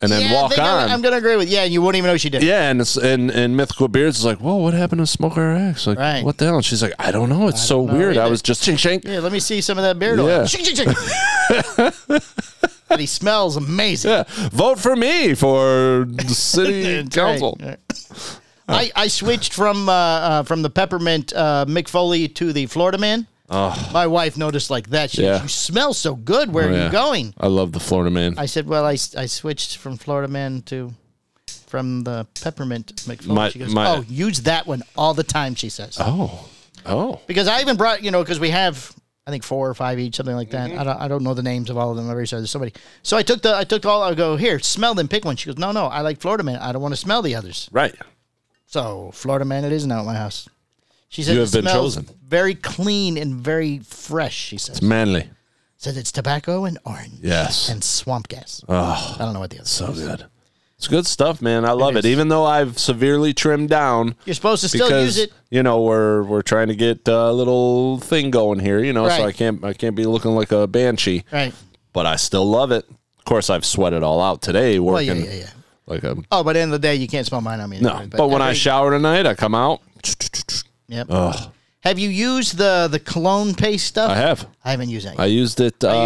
[SPEAKER 3] and then
[SPEAKER 2] yeah, I
[SPEAKER 3] walk
[SPEAKER 2] think
[SPEAKER 3] on.
[SPEAKER 2] I'm, I'm going to agree with Yeah, and you won't even know she did.
[SPEAKER 3] Yeah, and it's, and and mythical beards is like, whoa, what happened to Smoker X? Like,
[SPEAKER 2] Right.
[SPEAKER 3] what the hell? And she's like, I don't know. It's so
[SPEAKER 2] know
[SPEAKER 3] weird. I
[SPEAKER 2] either.
[SPEAKER 3] was just shink shank.
[SPEAKER 2] Yeah, let me see some of that beard
[SPEAKER 3] Yeah.
[SPEAKER 2] oil. Shing, shing, shing. and he smells amazing.
[SPEAKER 3] Yeah, vote for me for city
[SPEAKER 2] That's right.
[SPEAKER 3] council.
[SPEAKER 2] I, I switched from uh, uh, from the peppermint uh, Mick Foley to the Florida man. My wife noticed like that. She,
[SPEAKER 3] Yeah.
[SPEAKER 2] you smell so good. Where are
[SPEAKER 3] Yeah.
[SPEAKER 2] you going?
[SPEAKER 3] I love the Florida man.
[SPEAKER 2] I said, well, I, s- I switched from Florida man to from the peppermint Mick Foley.
[SPEAKER 3] My-
[SPEAKER 2] she goes,
[SPEAKER 3] my-
[SPEAKER 2] oh, use that one all the time. She says
[SPEAKER 3] oh, oh,
[SPEAKER 2] because I even brought you know because we have I think four or five each, something like
[SPEAKER 3] Mm-hmm.
[SPEAKER 2] that. I don't I don't know the names of all of them. Every there's somebody. So I took the I took all. I go here, smell them, pick one. She goes, no, no, I like Florida man. I don't want to smell the others.
[SPEAKER 3] Right.
[SPEAKER 2] So Florida man, it is now at my house. She said
[SPEAKER 3] You
[SPEAKER 2] it
[SPEAKER 3] have been
[SPEAKER 2] smells
[SPEAKER 3] chosen.
[SPEAKER 2] Very clean and very fresh. She says.
[SPEAKER 3] Manly.
[SPEAKER 2] Says it's tobacco and orange.
[SPEAKER 3] Yes.
[SPEAKER 2] And swamp gas. Oh, I don't know what the other.
[SPEAKER 3] So good. It's good stuff, man. I love it.
[SPEAKER 2] It is.
[SPEAKER 3] Even though I've severely trimmed down.
[SPEAKER 2] You're supposed to still use it.
[SPEAKER 3] you know we're we're trying to get a little thing going here, you know,
[SPEAKER 2] Right.
[SPEAKER 3] so I can't I can't be looking like a banshee,
[SPEAKER 2] Right.
[SPEAKER 3] but I still love it. Of course, I've sweated all out today
[SPEAKER 2] Well, yeah,
[SPEAKER 3] working
[SPEAKER 2] yeah, yeah.
[SPEAKER 3] like a
[SPEAKER 2] Oh, but at the end of the day, you can't smell mine on me.
[SPEAKER 3] no.
[SPEAKER 2] anyway,
[SPEAKER 3] But, when I
[SPEAKER 2] every-
[SPEAKER 3] shower tonight, I come out.
[SPEAKER 2] Yep. Have you used the the cologne paste stuff?
[SPEAKER 3] I have.
[SPEAKER 2] I haven't used that.
[SPEAKER 3] I
[SPEAKER 2] Yet.
[SPEAKER 3] used it.
[SPEAKER 2] I,
[SPEAKER 3] uh,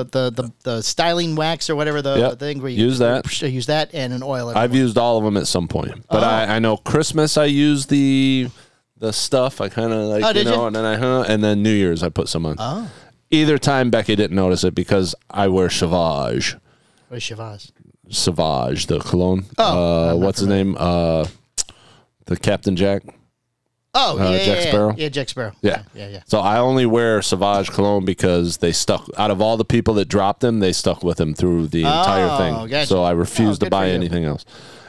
[SPEAKER 2] used the, the, the, the, the styling wax or whatever the,
[SPEAKER 3] Yep.
[SPEAKER 2] the thing where you
[SPEAKER 3] Use that.
[SPEAKER 2] I use that and an oil.
[SPEAKER 3] I've used all of them at some point,
[SPEAKER 2] Oh.
[SPEAKER 3] but I, I know Christmas I use the the stuff. I kind of like
[SPEAKER 2] Oh,
[SPEAKER 3] you
[SPEAKER 2] did
[SPEAKER 3] know,
[SPEAKER 2] you?
[SPEAKER 3] and then I huh, and then New Year's I put some on. Oh. Either time Becky didn't notice it because I wear Sauvage,
[SPEAKER 2] Or Chavaz.
[SPEAKER 3] Sauvage the cologne. uh, what's his name? Uh, the Captain Jack.
[SPEAKER 2] Oh, yeah, yeah,
[SPEAKER 3] Uh, Jack
[SPEAKER 2] yeah,
[SPEAKER 3] Sparrow?
[SPEAKER 2] Yeah, Jack Sparrow.
[SPEAKER 3] Yeah.
[SPEAKER 2] yeah, yeah.
[SPEAKER 3] So I only wear Sauvage cologne because they stuck out of all the people that dropped them, they stuck with him through the entire thing.
[SPEAKER 2] gotcha.
[SPEAKER 3] So I
[SPEAKER 2] Oh,
[SPEAKER 3] refuse to
[SPEAKER 2] good
[SPEAKER 3] buy
[SPEAKER 2] for you.
[SPEAKER 3] anything else.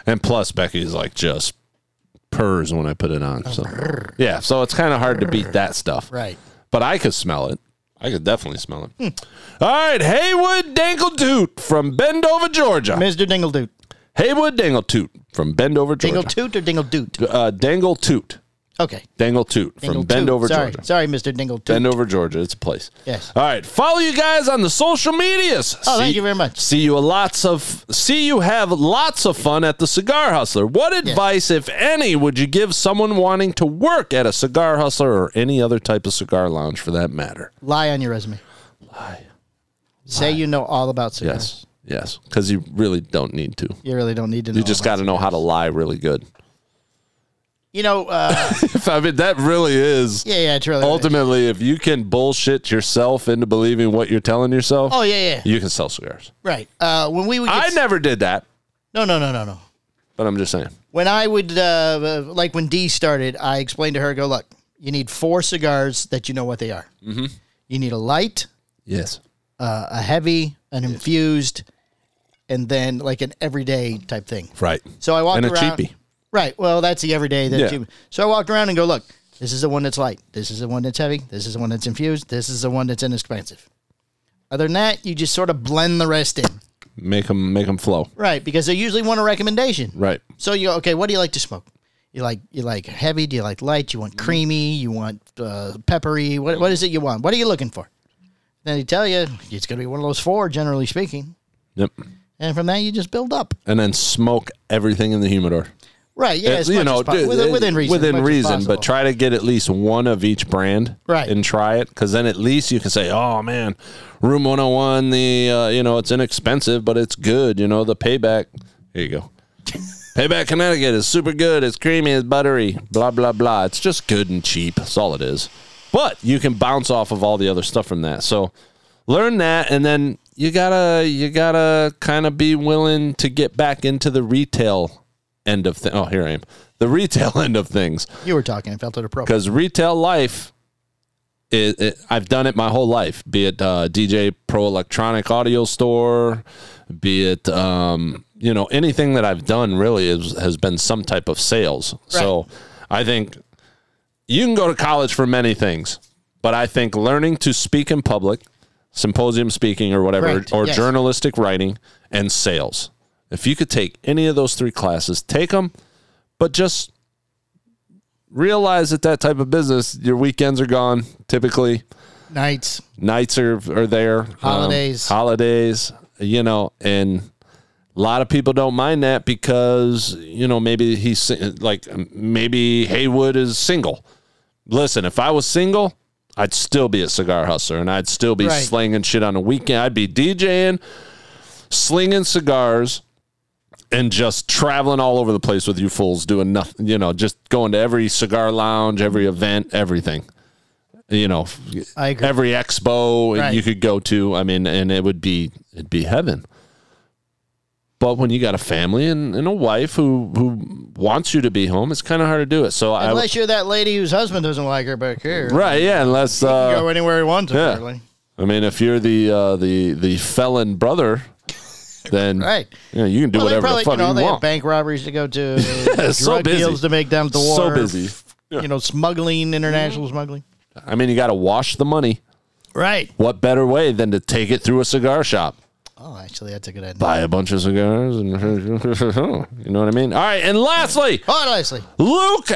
[SPEAKER 3] And plus Becky's like just purrs when I put it on. So yeah, so it's kind of hard to beat that stuff.
[SPEAKER 2] Right.
[SPEAKER 3] But I could smell it. I could definitely smell it. All right, Haywood Dangledoot from Bendover, Georgia.
[SPEAKER 2] Mr. Dingle Doot.
[SPEAKER 3] Haywood Dangletoot from Bendover,
[SPEAKER 2] Dingle
[SPEAKER 3] Georgia.
[SPEAKER 2] Toot or Dingle Doot?
[SPEAKER 3] uh, Dangle Toot.
[SPEAKER 2] Okay.
[SPEAKER 3] Dangle Toot
[SPEAKER 2] Dingle
[SPEAKER 3] from Bendover,
[SPEAKER 2] Sorry.
[SPEAKER 3] Georgia.
[SPEAKER 2] Sorry, Mr. Dingle Toot.
[SPEAKER 3] Bendover, Georgia. It's a place.
[SPEAKER 2] Yes.
[SPEAKER 3] All right. Follow you guys on the social medias.
[SPEAKER 2] Oh, thank you very much.
[SPEAKER 3] See you lots of see you have lots of fun at the Cigar Hustler. What advice, if any, would you give someone wanting to work at a Cigar Hustler or any other type of cigar lounge for that matter?
[SPEAKER 2] Lie on your resume. Lie. Say you know all about cigars.
[SPEAKER 3] Yes. Yes. Because you really don't need to.
[SPEAKER 2] You really don't need to know.
[SPEAKER 3] You just got to know how to lie really good.
[SPEAKER 2] You know, uh,
[SPEAKER 3] If I mean, that really is.
[SPEAKER 2] yeah, yeah, it's really.
[SPEAKER 3] Ultimately, if you can bullshit yourself into believing what you're telling yourself,
[SPEAKER 2] Oh, yeah, yeah.
[SPEAKER 3] you can sell cigars.
[SPEAKER 2] Right. Uh, when we would get.
[SPEAKER 3] I
[SPEAKER 2] s-
[SPEAKER 3] never did that,
[SPEAKER 2] No, no, no, no, no.
[SPEAKER 3] but I'm just saying.
[SPEAKER 2] when I would uh, like when D started, I explained to her, I "Go look, you need four cigars that you know what they are. Mm-hmm. You need a light,
[SPEAKER 3] Yes.
[SPEAKER 2] uh, a heavy, an infused, and then like an everyday type thing."
[SPEAKER 3] Right.
[SPEAKER 2] So I walked
[SPEAKER 3] And a
[SPEAKER 2] around.
[SPEAKER 3] cheapie.
[SPEAKER 2] Right. Well, that's the everyday that
[SPEAKER 3] Yeah.
[SPEAKER 2] you. So I walked around and go, "Look, this is the one that's light. This is the one that's heavy. This is the one that's infused. This is the one that's inexpensive." Other than that, you just sort of blend the rest in.
[SPEAKER 3] Make them make them flow.
[SPEAKER 2] Right, because they usually want a recommendation.
[SPEAKER 3] Right.
[SPEAKER 2] So you go, okay, what do you like to smoke? You like you like heavy? Do you like light? You want creamy? You want uh, peppery? What what is it you want? What are you looking for? Then they tell you it's going to be one of those four, generally speaking,
[SPEAKER 3] Yep.
[SPEAKER 2] and from that you just build up.
[SPEAKER 3] And then smoke everything in the humidor.
[SPEAKER 2] Right? Yeah,
[SPEAKER 3] It-
[SPEAKER 2] as much as po-
[SPEAKER 3] dude,
[SPEAKER 2] within,
[SPEAKER 3] it-
[SPEAKER 2] within reason. as
[SPEAKER 3] Within
[SPEAKER 2] much as
[SPEAKER 3] reason,
[SPEAKER 2] possible.
[SPEAKER 3] but try to get at least one of each brand.
[SPEAKER 2] Right.
[SPEAKER 3] And try it, because then at least you can say, "Oh man, Room 101, the uh, you know it's inexpensive, but it's good. You know the payback. Here you go. payback Connecticut is super good. It's creamy. It's buttery. Blah blah blah. It's just good and cheap. That's all it is. But you can bounce off of all the other stuff from that. So learn that, and then you gotta you gotta kind of be willing to get back into the retail end of things. Oh, here I am. The retail end of things
[SPEAKER 2] you were talking. I felt it appropriate.
[SPEAKER 3] because retail life it, it, i've done it my whole life be it uh, dj pro electronic audio store be it um, you know anything that i've done really is, has been some type of sales so i think you can go to college for many things but i think learning to speak in public symposium speaking or whatever
[SPEAKER 2] Correct,
[SPEAKER 3] or
[SPEAKER 2] yes.
[SPEAKER 3] journalistic writing and sales if you could take any of those three classes take them but just realize that that type of business, your weekends are gone. Typically,
[SPEAKER 2] Nights.
[SPEAKER 3] nights are are there. um,
[SPEAKER 2] Holidays.
[SPEAKER 3] holidays. You know, and a lot of people don't mind that because you know maybe he's si- like maybe Haywood is single. Listen, if I was single. I'd still be a cigar hustler and I'd still be
[SPEAKER 2] Right.
[SPEAKER 3] slinging shit on the weekend. I'd be DJing, slinging cigars, and just traveling all over the place with you fools doing nothing, you know, just going to every cigar lounge, every event, everything. You know,
[SPEAKER 2] I agree.
[SPEAKER 3] every expo
[SPEAKER 2] Right.
[SPEAKER 3] you could go to. I mean, and it would be it'd be heaven. But when you got a family and, and a wife who, who wants you to be home, it's kind of hard to do it. So I,
[SPEAKER 2] Unless you're that lady whose husband doesn't like her back here.
[SPEAKER 3] right, yeah, unless
[SPEAKER 2] You
[SPEAKER 3] uh,
[SPEAKER 2] can go anywhere he wants,
[SPEAKER 3] Yeah.
[SPEAKER 2] apparently.
[SPEAKER 3] I mean, if you're the uh, the the felon brother, then
[SPEAKER 2] Right.
[SPEAKER 3] you, know, you can do
[SPEAKER 2] Well, they
[SPEAKER 3] whatever
[SPEAKER 2] probably,
[SPEAKER 3] the fuck
[SPEAKER 2] you know,
[SPEAKER 3] you,
[SPEAKER 2] they have
[SPEAKER 3] want.
[SPEAKER 2] bank robberies to go to,
[SPEAKER 3] So
[SPEAKER 2] drug
[SPEAKER 3] busy.
[SPEAKER 2] deals to make down at the war.
[SPEAKER 3] so busy.
[SPEAKER 2] You know, smuggling, international smuggling.
[SPEAKER 3] I mean, you got to wash the money.
[SPEAKER 2] Right.
[SPEAKER 3] What better way than to take it through a cigar shop,
[SPEAKER 2] Oh, actually, that's a good idea.
[SPEAKER 3] buy a bunch of cigars, and you know what I mean. All right, and lastly,
[SPEAKER 2] Oh, Leslie.
[SPEAKER 3] Luke.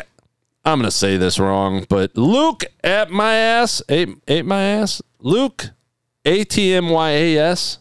[SPEAKER 3] I'm gonna say this wrong, but Luke at my ass ate ate my ass. Luke, A T M Y A S,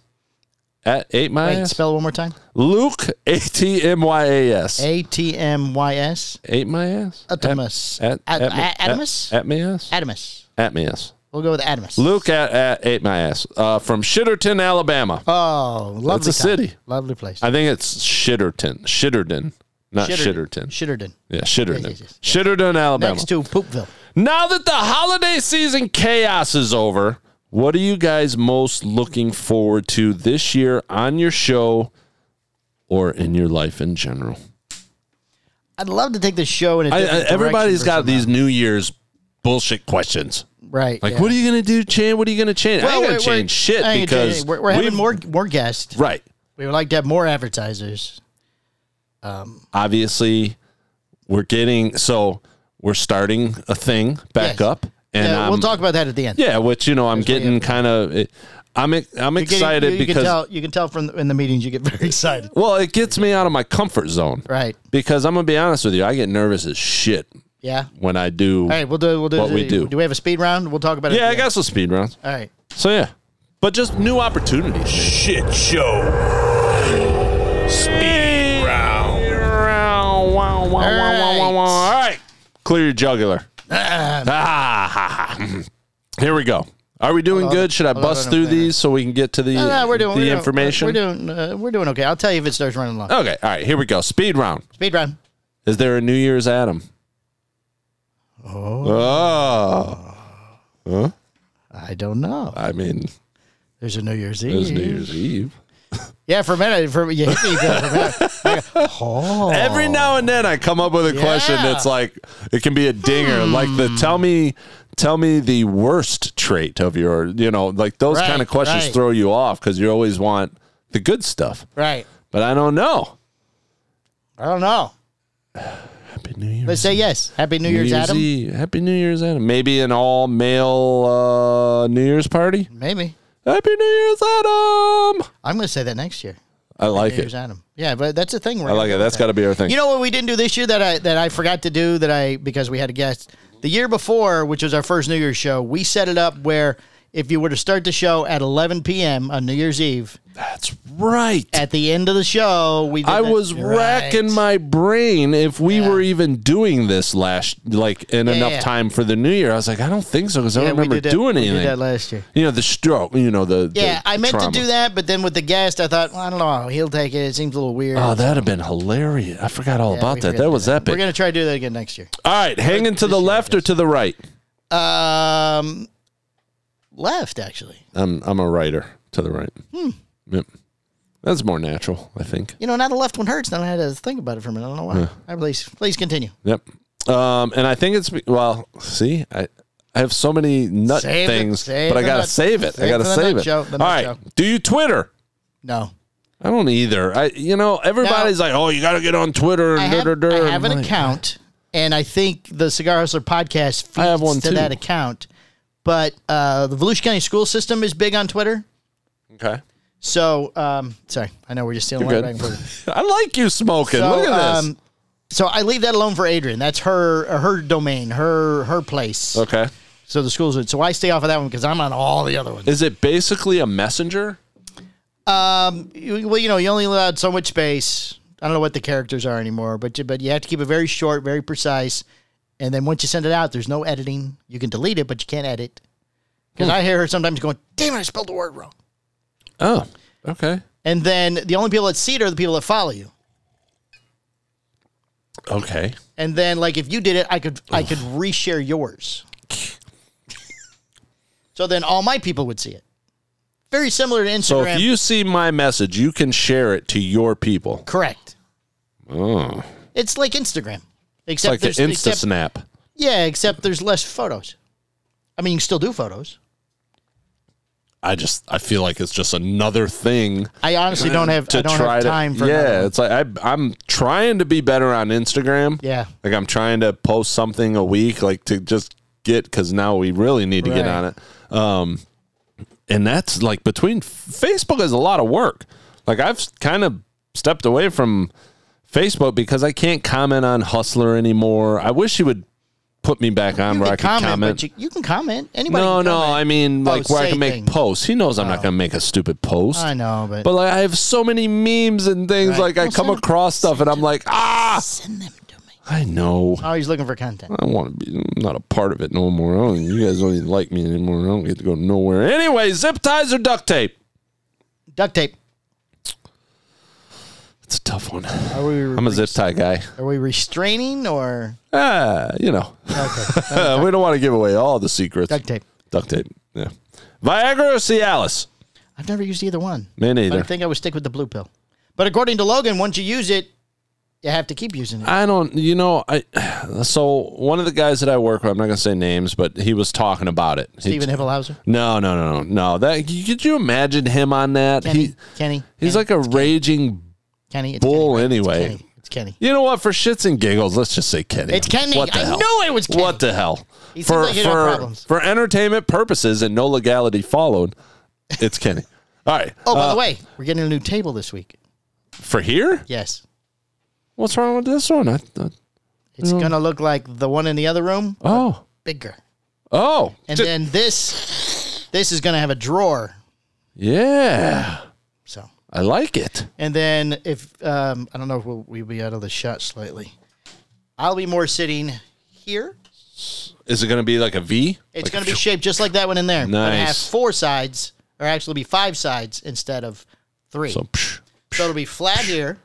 [SPEAKER 3] at ate my
[SPEAKER 2] Wait,
[SPEAKER 3] ass.
[SPEAKER 2] spell it one more time.
[SPEAKER 3] Luke A T M Y A S.
[SPEAKER 2] A T M Y S.
[SPEAKER 3] Ate my ass.
[SPEAKER 2] Atomus.
[SPEAKER 3] At, at,
[SPEAKER 2] At-
[SPEAKER 3] at, me-
[SPEAKER 2] at- Atomus?
[SPEAKER 3] At, at me ass.
[SPEAKER 2] Adamus.
[SPEAKER 3] At me ass.
[SPEAKER 2] We'll go with Adamus.
[SPEAKER 3] Luke at, at ate my ass uh, from Shitterton, Alabama.
[SPEAKER 2] Oh, lovely.
[SPEAKER 3] That's a
[SPEAKER 2] town.
[SPEAKER 3] city.
[SPEAKER 2] Lovely place.
[SPEAKER 3] I think it's Shitterton. Shitterton, not Shitterton.
[SPEAKER 2] Shitterton.
[SPEAKER 3] Yeah, Shitterton.
[SPEAKER 2] yes, yes,
[SPEAKER 3] Shitterton, Alabama.
[SPEAKER 2] Next to Poopville.
[SPEAKER 3] Now that the holiday season chaos is over, what are you guys most looking forward to this year on your show or in your life in general?
[SPEAKER 2] I'd love to take this show in a
[SPEAKER 3] I, I,
[SPEAKER 2] different direction
[SPEAKER 3] everybody's
[SPEAKER 2] for
[SPEAKER 3] got
[SPEAKER 2] somehow.
[SPEAKER 3] these New Year's bullshit questions.
[SPEAKER 2] Right.
[SPEAKER 3] Like,
[SPEAKER 2] yeah.
[SPEAKER 3] what are you gonna do, Chan? What are you gonna change? I
[SPEAKER 2] Well,
[SPEAKER 3] ain't gonna
[SPEAKER 2] we're- we're-
[SPEAKER 3] change shit
[SPEAKER 2] I ain't gonna
[SPEAKER 3] because
[SPEAKER 2] change- we're, we're having
[SPEAKER 3] we've-
[SPEAKER 2] more more guests.
[SPEAKER 3] Right.
[SPEAKER 2] We would like to have more advertisers.
[SPEAKER 3] Obviously, we're getting so we're starting a thing back
[SPEAKER 2] Yes.
[SPEAKER 3] up, and
[SPEAKER 2] yeah,
[SPEAKER 3] I'm,
[SPEAKER 2] we'll talk about that at the end.
[SPEAKER 3] Yeah, which you know, I'm getting kind of. I'm I'm
[SPEAKER 2] You're getting-
[SPEAKER 3] excited
[SPEAKER 2] you, you
[SPEAKER 3] because
[SPEAKER 2] can tell, you can tell from the, in the meetings you get very excited.
[SPEAKER 3] well, it gets me out of my comfort zone.
[SPEAKER 2] Right.
[SPEAKER 3] Because I'm gonna be honest with you, I get nervous as shit
[SPEAKER 2] Yeah.
[SPEAKER 3] when I do.
[SPEAKER 2] All right, we'll do. We'll do.
[SPEAKER 3] What we do.
[SPEAKER 2] Do we have a speed round? We'll talk about it.
[SPEAKER 3] yeah,
[SPEAKER 2] at
[SPEAKER 3] I
[SPEAKER 2] the end.
[SPEAKER 3] got some speed rounds.
[SPEAKER 2] All right.
[SPEAKER 3] So yeah, but just new opportunities. Shit show. Speed round. Round. Wow, wow, wow, wow, wow, wow. All right. Clear your jugular. Ah, ha, ha. Here we go. Are we doing good? Should I
[SPEAKER 2] Hold on,
[SPEAKER 3] bust
[SPEAKER 2] I'm
[SPEAKER 3] through
[SPEAKER 2] clearing.
[SPEAKER 3] these so we can get to the
[SPEAKER 2] No, no, we're doing
[SPEAKER 3] the
[SPEAKER 2] we're doing-
[SPEAKER 3] information? Oh.
[SPEAKER 2] we're doing. Uh, we're doing okay. I'll tell you if it starts running long.
[SPEAKER 3] okay. All right. Here we go. Speed round.
[SPEAKER 2] Speed round.
[SPEAKER 3] Is there a New Year's Adam? Oh.
[SPEAKER 2] I don't know.
[SPEAKER 3] I mean,
[SPEAKER 2] There's a New Year's Eve.
[SPEAKER 3] it's New Year's Eve.
[SPEAKER 2] Yeah, for a minute, for you hit me there for a minute. Like, oh,
[SPEAKER 3] Every now and then I come up with a question
[SPEAKER 2] Yeah. Hmm.
[SPEAKER 3] that's like it can be a dinger, like the tell me tell me the worst trait of your, you know, like those
[SPEAKER 2] Right,
[SPEAKER 3] kind of questions
[SPEAKER 2] right.
[SPEAKER 3] throw you off cuz you always want the good stuff.
[SPEAKER 2] right.
[SPEAKER 3] But I don't know.
[SPEAKER 2] I don't know.
[SPEAKER 3] Happy New Year's.
[SPEAKER 2] Let's say yes. Happy New, Year's, Adam.
[SPEAKER 3] Eve. Happy New Year's Adam. Maybe an all male uh, New Year's party.
[SPEAKER 2] Maybe
[SPEAKER 3] Happy New Year's Adam.
[SPEAKER 2] I'm going to say that next year.
[SPEAKER 3] I like
[SPEAKER 2] New Year's
[SPEAKER 3] it.
[SPEAKER 2] Adam. Yeah, but that's a thing.
[SPEAKER 3] I like it. That's got to be our thing.
[SPEAKER 2] You know what we didn't do this year that I that I forgot to do that I because we had a guest the year before, which was our first New Year's show. We set it up where if you were to start the show at 11 p.m. on New Year's Eve,
[SPEAKER 3] That's right.
[SPEAKER 2] at the end of the show, we. Did
[SPEAKER 3] I
[SPEAKER 2] that-
[SPEAKER 3] was
[SPEAKER 2] Right.
[SPEAKER 3] racking my brain if we
[SPEAKER 2] Yeah.
[SPEAKER 3] were even doing this last, like, in enough
[SPEAKER 2] yeah.
[SPEAKER 3] time for the new year. I was like, I don't think so because I
[SPEAKER 2] Yeah,
[SPEAKER 3] don't
[SPEAKER 2] we
[SPEAKER 3] remember
[SPEAKER 2] did that-
[SPEAKER 3] doing
[SPEAKER 2] we did
[SPEAKER 3] anything.
[SPEAKER 2] that last year.
[SPEAKER 3] You know, the stroke, you know, the. the-
[SPEAKER 2] Yeah, I
[SPEAKER 3] the
[SPEAKER 2] meant
[SPEAKER 3] trauma.
[SPEAKER 2] to do that, but then with the guest, I thought, well, I don't know, he'll take it. It seems a little weird.
[SPEAKER 3] Oh, that'd have been hilarious. I forgot all
[SPEAKER 2] Yeah, we
[SPEAKER 3] about that.
[SPEAKER 2] forgot to
[SPEAKER 3] That
[SPEAKER 2] do
[SPEAKER 3] was epic.
[SPEAKER 2] We're gonna try to do that again next year.
[SPEAKER 3] all right, hanging to the left or to the right?
[SPEAKER 2] Um, left actually.
[SPEAKER 3] I'm, I'm a writer to the right.
[SPEAKER 2] Hmm.
[SPEAKER 3] Yep. That's more natural, I think.
[SPEAKER 2] You know, now the left one hurts. Now I had to think about it for a minute. I don't know why. All right, please, please continue.
[SPEAKER 3] Yep. Um, and I think it's be- well. See, I I have so many nut
[SPEAKER 2] Save it.
[SPEAKER 3] things,
[SPEAKER 2] Save
[SPEAKER 3] but I
[SPEAKER 2] the
[SPEAKER 3] gotta
[SPEAKER 2] nut-
[SPEAKER 3] save it. I
[SPEAKER 2] save
[SPEAKER 3] gotta
[SPEAKER 2] the nut
[SPEAKER 3] save it.
[SPEAKER 2] show,
[SPEAKER 3] All
[SPEAKER 2] the nut
[SPEAKER 3] right.
[SPEAKER 2] show.
[SPEAKER 3] Do you Twitter?
[SPEAKER 2] No,
[SPEAKER 3] I don't either. I you know everybody's like, oh, you gotta get on Twitter and
[SPEAKER 2] I have,
[SPEAKER 3] dur, dur,
[SPEAKER 2] I
[SPEAKER 3] dur.
[SPEAKER 2] have
[SPEAKER 3] I'm
[SPEAKER 2] an
[SPEAKER 3] like,
[SPEAKER 2] account, and I think the Cigar Hustler podcast feeds
[SPEAKER 3] I have one
[SPEAKER 2] to
[SPEAKER 3] too.
[SPEAKER 2] that account. But uh, the Volusia County school system is big on Twitter.
[SPEAKER 3] Okay.
[SPEAKER 2] So, um, sorry, I know we're just stealing
[SPEAKER 3] You're
[SPEAKER 2] line back um, and
[SPEAKER 3] good.
[SPEAKER 2] forth.
[SPEAKER 3] I like you smoking. Look at this.
[SPEAKER 2] so I leave that alone for Adrian. That's her her domain, her her place.
[SPEAKER 3] okay.
[SPEAKER 2] So the schools. would- So I stay off of that one because I'm on all the other ones.
[SPEAKER 3] Is it basically a messenger?
[SPEAKER 2] You- well, you know, you only allowed so much space. I don't know what the characters are anymore, but you, but you have to keep it very short, very precise. And then once you send it out, there's no editing. You can delete it, but you can't edit.
[SPEAKER 3] Hmm.
[SPEAKER 2] Because I hear her sometimes going, "Damn it, I spelled the word wrong."
[SPEAKER 3] Oh. Okay.
[SPEAKER 2] And then the only people that see it are the people that follow you.
[SPEAKER 3] Okay.
[SPEAKER 2] And then like if you did it, I could I could reshare yours. so then all my people would see it. Very similar to Instagram.
[SPEAKER 3] So if you see my message, you can share it to your people.
[SPEAKER 2] Correct.
[SPEAKER 3] Oh,
[SPEAKER 2] It's like Instagram,
[SPEAKER 3] it's
[SPEAKER 2] except
[SPEAKER 3] like the
[SPEAKER 2] there's
[SPEAKER 3] Insta
[SPEAKER 2] except,
[SPEAKER 3] Snap.
[SPEAKER 2] yeah, except there's less photos. I mean, you can still do photos.
[SPEAKER 3] I just I feel like it's just another thing
[SPEAKER 2] I honestly don't have
[SPEAKER 3] to
[SPEAKER 2] I don't
[SPEAKER 3] try
[SPEAKER 2] have time
[SPEAKER 3] to.
[SPEAKER 2] for another
[SPEAKER 3] yeah,
[SPEAKER 2] one.
[SPEAKER 3] it's like I, I'm trying to be better on Instagram.
[SPEAKER 2] yeah.
[SPEAKER 3] like I'm trying to post something a week, like to just get because now we really need to get
[SPEAKER 2] Right.
[SPEAKER 3] on it. Um, and that's like between Facebook is a lot of work. Like I've kind of stepped away from Facebook because I can't comment on Hustler anymore. I wish you would put me back on
[SPEAKER 2] You
[SPEAKER 3] where
[SPEAKER 2] can
[SPEAKER 3] I could
[SPEAKER 2] comment,
[SPEAKER 3] comment.
[SPEAKER 2] but you, you can comment. Anybody?
[SPEAKER 3] no,
[SPEAKER 2] can
[SPEAKER 3] no,
[SPEAKER 2] comment.
[SPEAKER 3] I mean
[SPEAKER 2] Oh,
[SPEAKER 3] like where I
[SPEAKER 2] say
[SPEAKER 3] can make
[SPEAKER 2] things. Oh.
[SPEAKER 3] posts. He knows I'm not gonna make a stupid post.
[SPEAKER 2] I know, but,
[SPEAKER 3] But like I have so many memes and things
[SPEAKER 2] Right.
[SPEAKER 3] like I
[SPEAKER 2] Well,
[SPEAKER 3] come
[SPEAKER 2] send-
[SPEAKER 3] across stuff and I'm like, ah,
[SPEAKER 2] send them to me.
[SPEAKER 3] I know.
[SPEAKER 2] Oh, he's looking for content.
[SPEAKER 3] I want to be I'm not a part of it no more. I don't, you guys don't even like me anymore. I don't get to go nowhere. Anyway, zip ties or duct tape?
[SPEAKER 2] Duct tape.
[SPEAKER 3] It's a tough one.
[SPEAKER 2] Are we?
[SPEAKER 3] I'm a zip tie guy.
[SPEAKER 2] Are we restraining or
[SPEAKER 3] Ah, you know,
[SPEAKER 2] okay?
[SPEAKER 3] we don't want to give away all the secrets.
[SPEAKER 2] duct tape?
[SPEAKER 3] Duct tape. Yeah. Viagra or Cialis?
[SPEAKER 2] I've never used either one.
[SPEAKER 3] Me
[SPEAKER 2] But I
[SPEAKER 3] neither.
[SPEAKER 2] think I would stick with the blue pill. But according to Logan, once you use it, you have to keep using it.
[SPEAKER 3] I don't, you know, I. So one of the guys that I work with, I'm not going to say names, but he was talking about it. He-
[SPEAKER 2] Steven Hipplehauser,
[SPEAKER 3] No, no, no, no, no. That could you imagine him on that?
[SPEAKER 2] Kenny,
[SPEAKER 3] He,
[SPEAKER 2] Kenny.
[SPEAKER 3] he's
[SPEAKER 2] Kenny,
[SPEAKER 3] like a raging
[SPEAKER 2] Kenny. It's
[SPEAKER 3] bull
[SPEAKER 2] Kenny,
[SPEAKER 3] anyway.
[SPEAKER 2] It's Kenny. It's Kenny.
[SPEAKER 3] You know what? For shits and giggles, let's just say Kenny.
[SPEAKER 2] It's Kenny.
[SPEAKER 3] What the
[SPEAKER 2] I
[SPEAKER 3] hell?
[SPEAKER 2] knew it was Kenny.
[SPEAKER 3] What the hell?
[SPEAKER 2] He seems
[SPEAKER 3] for
[SPEAKER 2] like he
[SPEAKER 3] for
[SPEAKER 2] got problems.
[SPEAKER 3] for entertainment purposes and no legality followed, it's Kenny. All right.
[SPEAKER 2] Oh, by
[SPEAKER 3] Uh,
[SPEAKER 2] the way, we're getting a new table this week.
[SPEAKER 3] for here,
[SPEAKER 2] Yes.
[SPEAKER 3] what's wrong with this one? I, I,
[SPEAKER 2] It's going to look like the one in the other room,
[SPEAKER 3] oh,
[SPEAKER 2] bigger.
[SPEAKER 3] oh,
[SPEAKER 2] And
[SPEAKER 3] Ju-
[SPEAKER 2] then this this is going to have a drawer.
[SPEAKER 3] yeah,
[SPEAKER 2] So,
[SPEAKER 3] I like it.
[SPEAKER 2] and then if um I don't know if we'll, we'll be out of the shot slightly. I'll be more sitting here.
[SPEAKER 3] Is it going to be like a V?
[SPEAKER 2] It's
[SPEAKER 3] Like,
[SPEAKER 2] going to be shaped just like that one in there. But have
[SPEAKER 3] Nice.
[SPEAKER 2] four sides, or actually be five sides instead of three.
[SPEAKER 3] so.
[SPEAKER 2] So,
[SPEAKER 3] psh,
[SPEAKER 2] it'll be flat here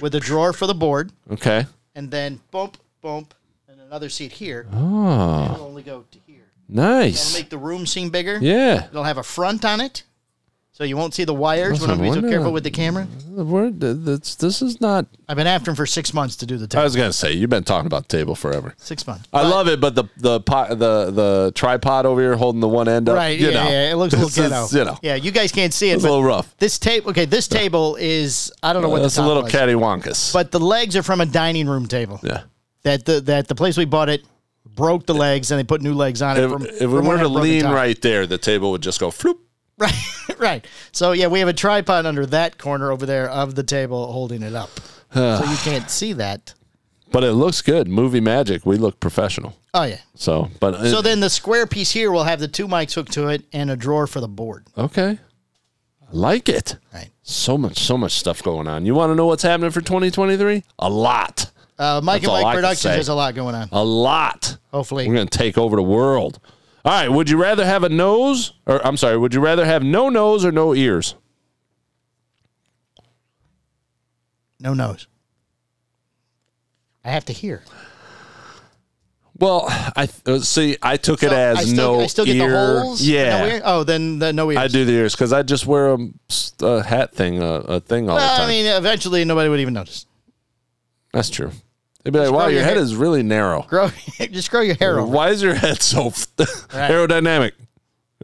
[SPEAKER 2] with a drawer for the board,
[SPEAKER 3] Okay.
[SPEAKER 2] and then bump, bump, and another seat here.
[SPEAKER 3] Oh,
[SPEAKER 2] It'll only go to here. It'll
[SPEAKER 3] nice.
[SPEAKER 2] make the room seem bigger.
[SPEAKER 3] Yeah.
[SPEAKER 2] It'll have a front on it, so you won't see the wires.
[SPEAKER 3] That's
[SPEAKER 2] When I'm
[SPEAKER 3] what
[SPEAKER 2] being
[SPEAKER 3] I
[SPEAKER 2] so
[SPEAKER 3] wonder.
[SPEAKER 2] careful with the camera,
[SPEAKER 3] We're, th- that's, this is not.
[SPEAKER 2] I've been after him for six months to do the
[SPEAKER 3] I
[SPEAKER 2] table.
[SPEAKER 3] was going to say you've been talking about the table forever.
[SPEAKER 2] Six months.
[SPEAKER 3] I love it, but the the pot, the the tripod over here holding the one end up,
[SPEAKER 2] Right?
[SPEAKER 3] You
[SPEAKER 2] yeah,
[SPEAKER 3] know,
[SPEAKER 2] yeah. It looks a little
[SPEAKER 3] It's just,
[SPEAKER 2] ghetto.
[SPEAKER 3] You know,
[SPEAKER 2] Yeah, you guys can't see it,
[SPEAKER 3] it's a
[SPEAKER 2] but
[SPEAKER 3] little rough.
[SPEAKER 2] this table. Okay, this table is. I don't know what
[SPEAKER 3] That's
[SPEAKER 2] the
[SPEAKER 3] a
[SPEAKER 2] top
[SPEAKER 3] little
[SPEAKER 2] was.
[SPEAKER 3] cattywampus.
[SPEAKER 2] but the legs are from a dining room table.
[SPEAKER 3] yeah,
[SPEAKER 2] That the that the place we bought it broke the legs and they put new legs on it.
[SPEAKER 3] if,
[SPEAKER 2] from,
[SPEAKER 3] if
[SPEAKER 2] from
[SPEAKER 3] we
[SPEAKER 2] when
[SPEAKER 3] were
[SPEAKER 2] it
[SPEAKER 3] to
[SPEAKER 2] broke
[SPEAKER 3] lean
[SPEAKER 2] down.
[SPEAKER 3] right there, the table would just go floop.
[SPEAKER 2] right, right. So yeah, we have a tripod under that corner over there of the table holding it up, so you can't see that.
[SPEAKER 3] But it looks good. Movie magic. We look professional.
[SPEAKER 2] Oh yeah.
[SPEAKER 3] So, but
[SPEAKER 2] So then the square piece here will have the two mics hooked to it and a drawer for the board.
[SPEAKER 3] okay, I like it.
[SPEAKER 2] Right.
[SPEAKER 3] So much, so much stuff going on. You want to know what's happening for 2023? A lot,
[SPEAKER 2] Uh, Mike
[SPEAKER 3] That's all
[SPEAKER 2] and
[SPEAKER 3] I can
[SPEAKER 2] Mike
[SPEAKER 3] say.
[SPEAKER 2] Productions. There's a lot going on.
[SPEAKER 3] a lot.
[SPEAKER 2] Hopefully,
[SPEAKER 3] We're going to take over the world. All right. Would you rather have a nose, or I'm sorry, would you rather have no nose or no ears?
[SPEAKER 2] no nose. I have to hear.
[SPEAKER 3] Well, I uh, see. I took it
[SPEAKER 2] So
[SPEAKER 3] as
[SPEAKER 2] I still,
[SPEAKER 3] no
[SPEAKER 2] I still get
[SPEAKER 3] ear.
[SPEAKER 2] the holes. and
[SPEAKER 3] Yeah,
[SPEAKER 2] No ear? Oh, then the no ears.
[SPEAKER 3] I do the ears because I just wear a, s- a hat thing, a, a thing all the
[SPEAKER 2] Well,
[SPEAKER 3] time.
[SPEAKER 2] I mean, eventually nobody would even notice.
[SPEAKER 3] That's true. They'd be like, "Wow,
[SPEAKER 2] grow
[SPEAKER 3] your
[SPEAKER 2] your
[SPEAKER 3] head
[SPEAKER 2] hair-
[SPEAKER 3] is really narrow.
[SPEAKER 2] Grow, just grow your hair over.
[SPEAKER 3] Why is your head so f- aerodynamic?"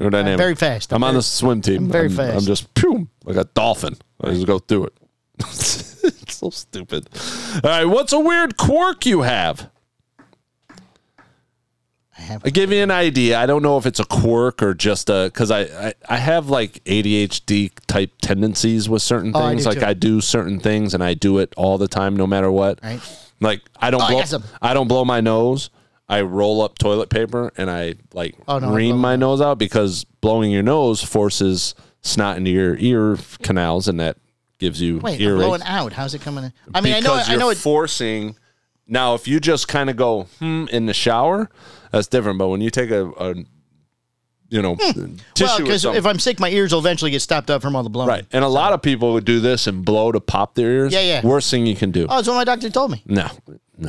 [SPEAKER 3] Aerodynamic.
[SPEAKER 2] very fast.
[SPEAKER 3] I'm,
[SPEAKER 2] I'm
[SPEAKER 3] on
[SPEAKER 2] very-
[SPEAKER 3] the swim team.
[SPEAKER 2] I'm very
[SPEAKER 3] I'm,
[SPEAKER 2] fast.
[SPEAKER 3] I'm just pew, like a dolphin. I just go through it. it's so stupid. All right, what's a weird quirk you have?
[SPEAKER 2] I have
[SPEAKER 3] I give you an idea. I don't know if it's a quirk or just a because I, I I have like ADHD type tendencies with certain
[SPEAKER 2] Oh, I
[SPEAKER 3] things.
[SPEAKER 2] do
[SPEAKER 3] like
[SPEAKER 2] too.
[SPEAKER 3] I do certain things and I do it all the time, no matter what.
[SPEAKER 2] Right.
[SPEAKER 3] Like I don't
[SPEAKER 2] Oh, I
[SPEAKER 3] blow
[SPEAKER 2] got some.
[SPEAKER 3] I don't blow my nose. I roll up toilet paper and I like
[SPEAKER 2] Oh, no, I
[SPEAKER 3] ream
[SPEAKER 2] blow
[SPEAKER 3] my nose out because blowing your nose forces snot into your ear canals and that gives you
[SPEAKER 2] Wait, I'm
[SPEAKER 3] earache
[SPEAKER 2] blowing out. How's it coming? In? I mean, I know,
[SPEAKER 3] because
[SPEAKER 2] I know
[SPEAKER 3] you're
[SPEAKER 2] it.
[SPEAKER 3] forcing. Now, if you just kind of go hmm in the shower, that's different. But when you take a, a you know,
[SPEAKER 2] Hmm. Well,
[SPEAKER 3] tissue or
[SPEAKER 2] because
[SPEAKER 3] something,
[SPEAKER 2] if I'm sick, my ears will eventually get stopped up from all the blowing.
[SPEAKER 3] right, and a lot of people would do this and blow to pop their ears.
[SPEAKER 2] Yeah, Oh. yeah.
[SPEAKER 3] Worst thing you can do.
[SPEAKER 2] Oh, that's what my doctor told me.
[SPEAKER 3] no,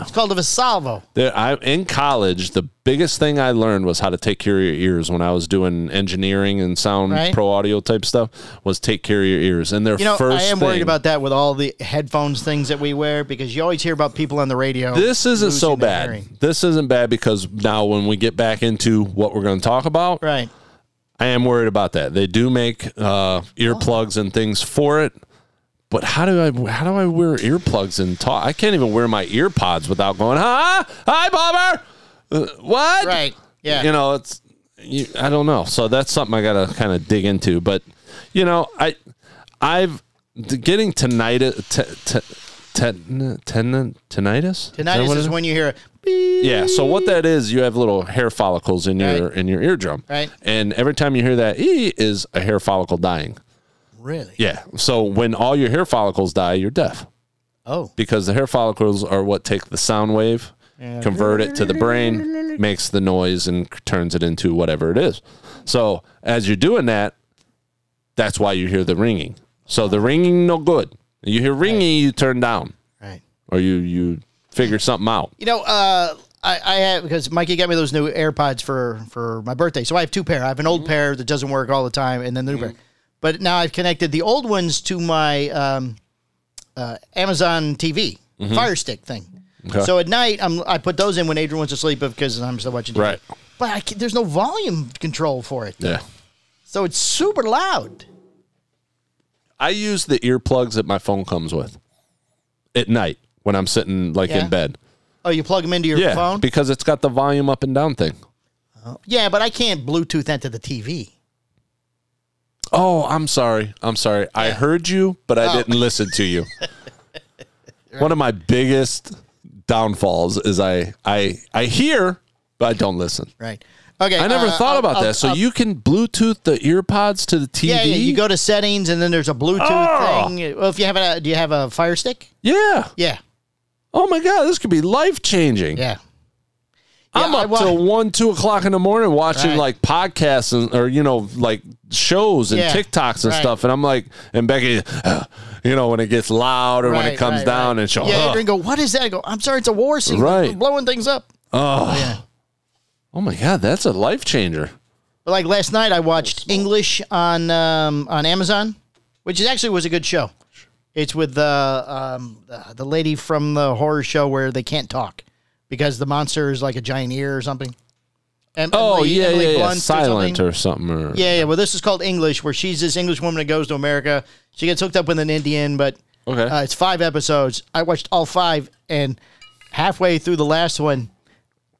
[SPEAKER 2] It's called a Vasalvo.
[SPEAKER 3] There, I, in college, the biggest thing I learned was how to take care of your ears when I was doing engineering and sound
[SPEAKER 2] Right.
[SPEAKER 3] pro audio type stuff was take care of your ears. And their
[SPEAKER 2] You know,
[SPEAKER 3] first
[SPEAKER 2] I am worried
[SPEAKER 3] thing-
[SPEAKER 2] about that with all the headphones things that we wear because you always hear about people on the radio.
[SPEAKER 3] this isn't so
[SPEAKER 2] losing their
[SPEAKER 3] bad.
[SPEAKER 2] hearing.
[SPEAKER 3] This isn't bad because now when we get back into what we're going to talk about,
[SPEAKER 2] Right.
[SPEAKER 3] I am worried about that. They do make uh,
[SPEAKER 2] Oh.
[SPEAKER 3] earplugs and things for it, but how do I how do I wear earplugs and talk? I can't even wear my ear pods without going, "Huh? Hi, Bobber. Uh, what?
[SPEAKER 2] Right. Yeah.
[SPEAKER 3] You know, it's you, I don't know. So that's something I got to kind of dig into. But you know, I I've the- getting tinnitus. T- t- Ten, ten, tinnitus? Is that
[SPEAKER 2] Tinnitus
[SPEAKER 3] what it
[SPEAKER 2] is when you hear a beep.
[SPEAKER 3] yeah. So what that is, you have little hair follicles in your
[SPEAKER 2] Right.
[SPEAKER 3] in your eardrum,
[SPEAKER 2] Right.
[SPEAKER 3] And every time you hear that e is a hair follicle dying.
[SPEAKER 2] Really?
[SPEAKER 3] Yeah. So when all your hair follicles die, you're deaf
[SPEAKER 2] Oh.
[SPEAKER 3] because the hair follicles are what take the sound wave, convert it to the brain, makes the noise, and c- turns it into whatever it is. So as you're doing that, that's why you hear the ringing. So the ringing no good. You hear ringing, you turn down,
[SPEAKER 2] Right.
[SPEAKER 3] or you you figure something out.
[SPEAKER 2] You know, uh, I, I have because Mikey got me those new AirPods for for my birthday, so I have two pair. I have an
[SPEAKER 3] Mm-hmm.
[SPEAKER 2] old pair that doesn't work all the time, and then the new pair. But now I've connected the old ones to my um, uh, Amazon TV
[SPEAKER 3] Mm-hmm.
[SPEAKER 2] Fire Stick thing. So at night, I'm I put those in when Adrian wants to sleep because I'm still watching. TV.
[SPEAKER 3] Right.
[SPEAKER 2] But I can, there's no volume control for it,
[SPEAKER 3] Yeah.
[SPEAKER 2] so it's super loud.
[SPEAKER 3] I use the earplugs that my phone comes with at night when I'm sitting like
[SPEAKER 2] Yeah.
[SPEAKER 3] in bed.
[SPEAKER 2] Oh, you plug them into your
[SPEAKER 3] Yeah,
[SPEAKER 2] phone?
[SPEAKER 3] because it's got the volume up and down thing.
[SPEAKER 2] yeah, but I can't Bluetooth that to the TV.
[SPEAKER 3] Oh, I'm sorry. I'm sorry. I heard you, but
[SPEAKER 2] Oh.
[SPEAKER 3] I didn't listen to you. One of my biggest downfalls is I I I hear but I don't listen.
[SPEAKER 2] Right. Okay.
[SPEAKER 3] I never
[SPEAKER 2] uh,
[SPEAKER 3] thought
[SPEAKER 2] I'll-
[SPEAKER 3] about
[SPEAKER 2] I'll-
[SPEAKER 3] that. So
[SPEAKER 2] I'll-
[SPEAKER 3] you can Bluetooth the earpods to the TV.
[SPEAKER 2] Yeah, yeah, you go to settings and then there's a Bluetooth
[SPEAKER 3] Oh.
[SPEAKER 2] thing. Well, if you have a, do you have a Fire Stick?
[SPEAKER 3] Yeah.
[SPEAKER 2] Yeah,
[SPEAKER 3] Oh my God, this could be life changing.
[SPEAKER 2] yeah.
[SPEAKER 3] I'm
[SPEAKER 2] Yeah, I
[SPEAKER 3] up
[SPEAKER 2] wa-
[SPEAKER 3] till one, two o'clock in the morning watching
[SPEAKER 2] Right.
[SPEAKER 3] like podcasts and or you know like shows and
[SPEAKER 2] Yeah,
[SPEAKER 3] TikToks and
[SPEAKER 2] right.
[SPEAKER 3] stuff, and I'm like, and Becky, you know, when it gets loud or when it
[SPEAKER 2] Right,
[SPEAKER 3] comes
[SPEAKER 2] right,
[SPEAKER 3] down
[SPEAKER 2] right.
[SPEAKER 3] and show,
[SPEAKER 2] Yeah,
[SPEAKER 3] "Ugh,
[SPEAKER 2] Adrian, go. What is that? I go. I'm sorry, it's a war scene.
[SPEAKER 3] Right.
[SPEAKER 2] They're blowing things up.
[SPEAKER 3] oh,
[SPEAKER 2] Yeah.
[SPEAKER 3] oh my God, that's a life changer.
[SPEAKER 2] But like last night, I watched English on um, on Amazon, which is actually was a good show. It's with the um, the- the lady from the horror show where they can't talk because the monster is like a giant ear or something. Em-
[SPEAKER 3] Oh
[SPEAKER 2] Emily-
[SPEAKER 3] yeah,
[SPEAKER 2] Emily
[SPEAKER 3] yeah, yeah,
[SPEAKER 2] Blunt or something.
[SPEAKER 3] silent or something. Or,
[SPEAKER 2] Yeah, yeah. Well, this is called English, where she's this English woman that goes to America. She gets hooked up with an Indian, but
[SPEAKER 3] Okay.
[SPEAKER 2] uh, it's five episodes. I watched all five, and halfway through the last one,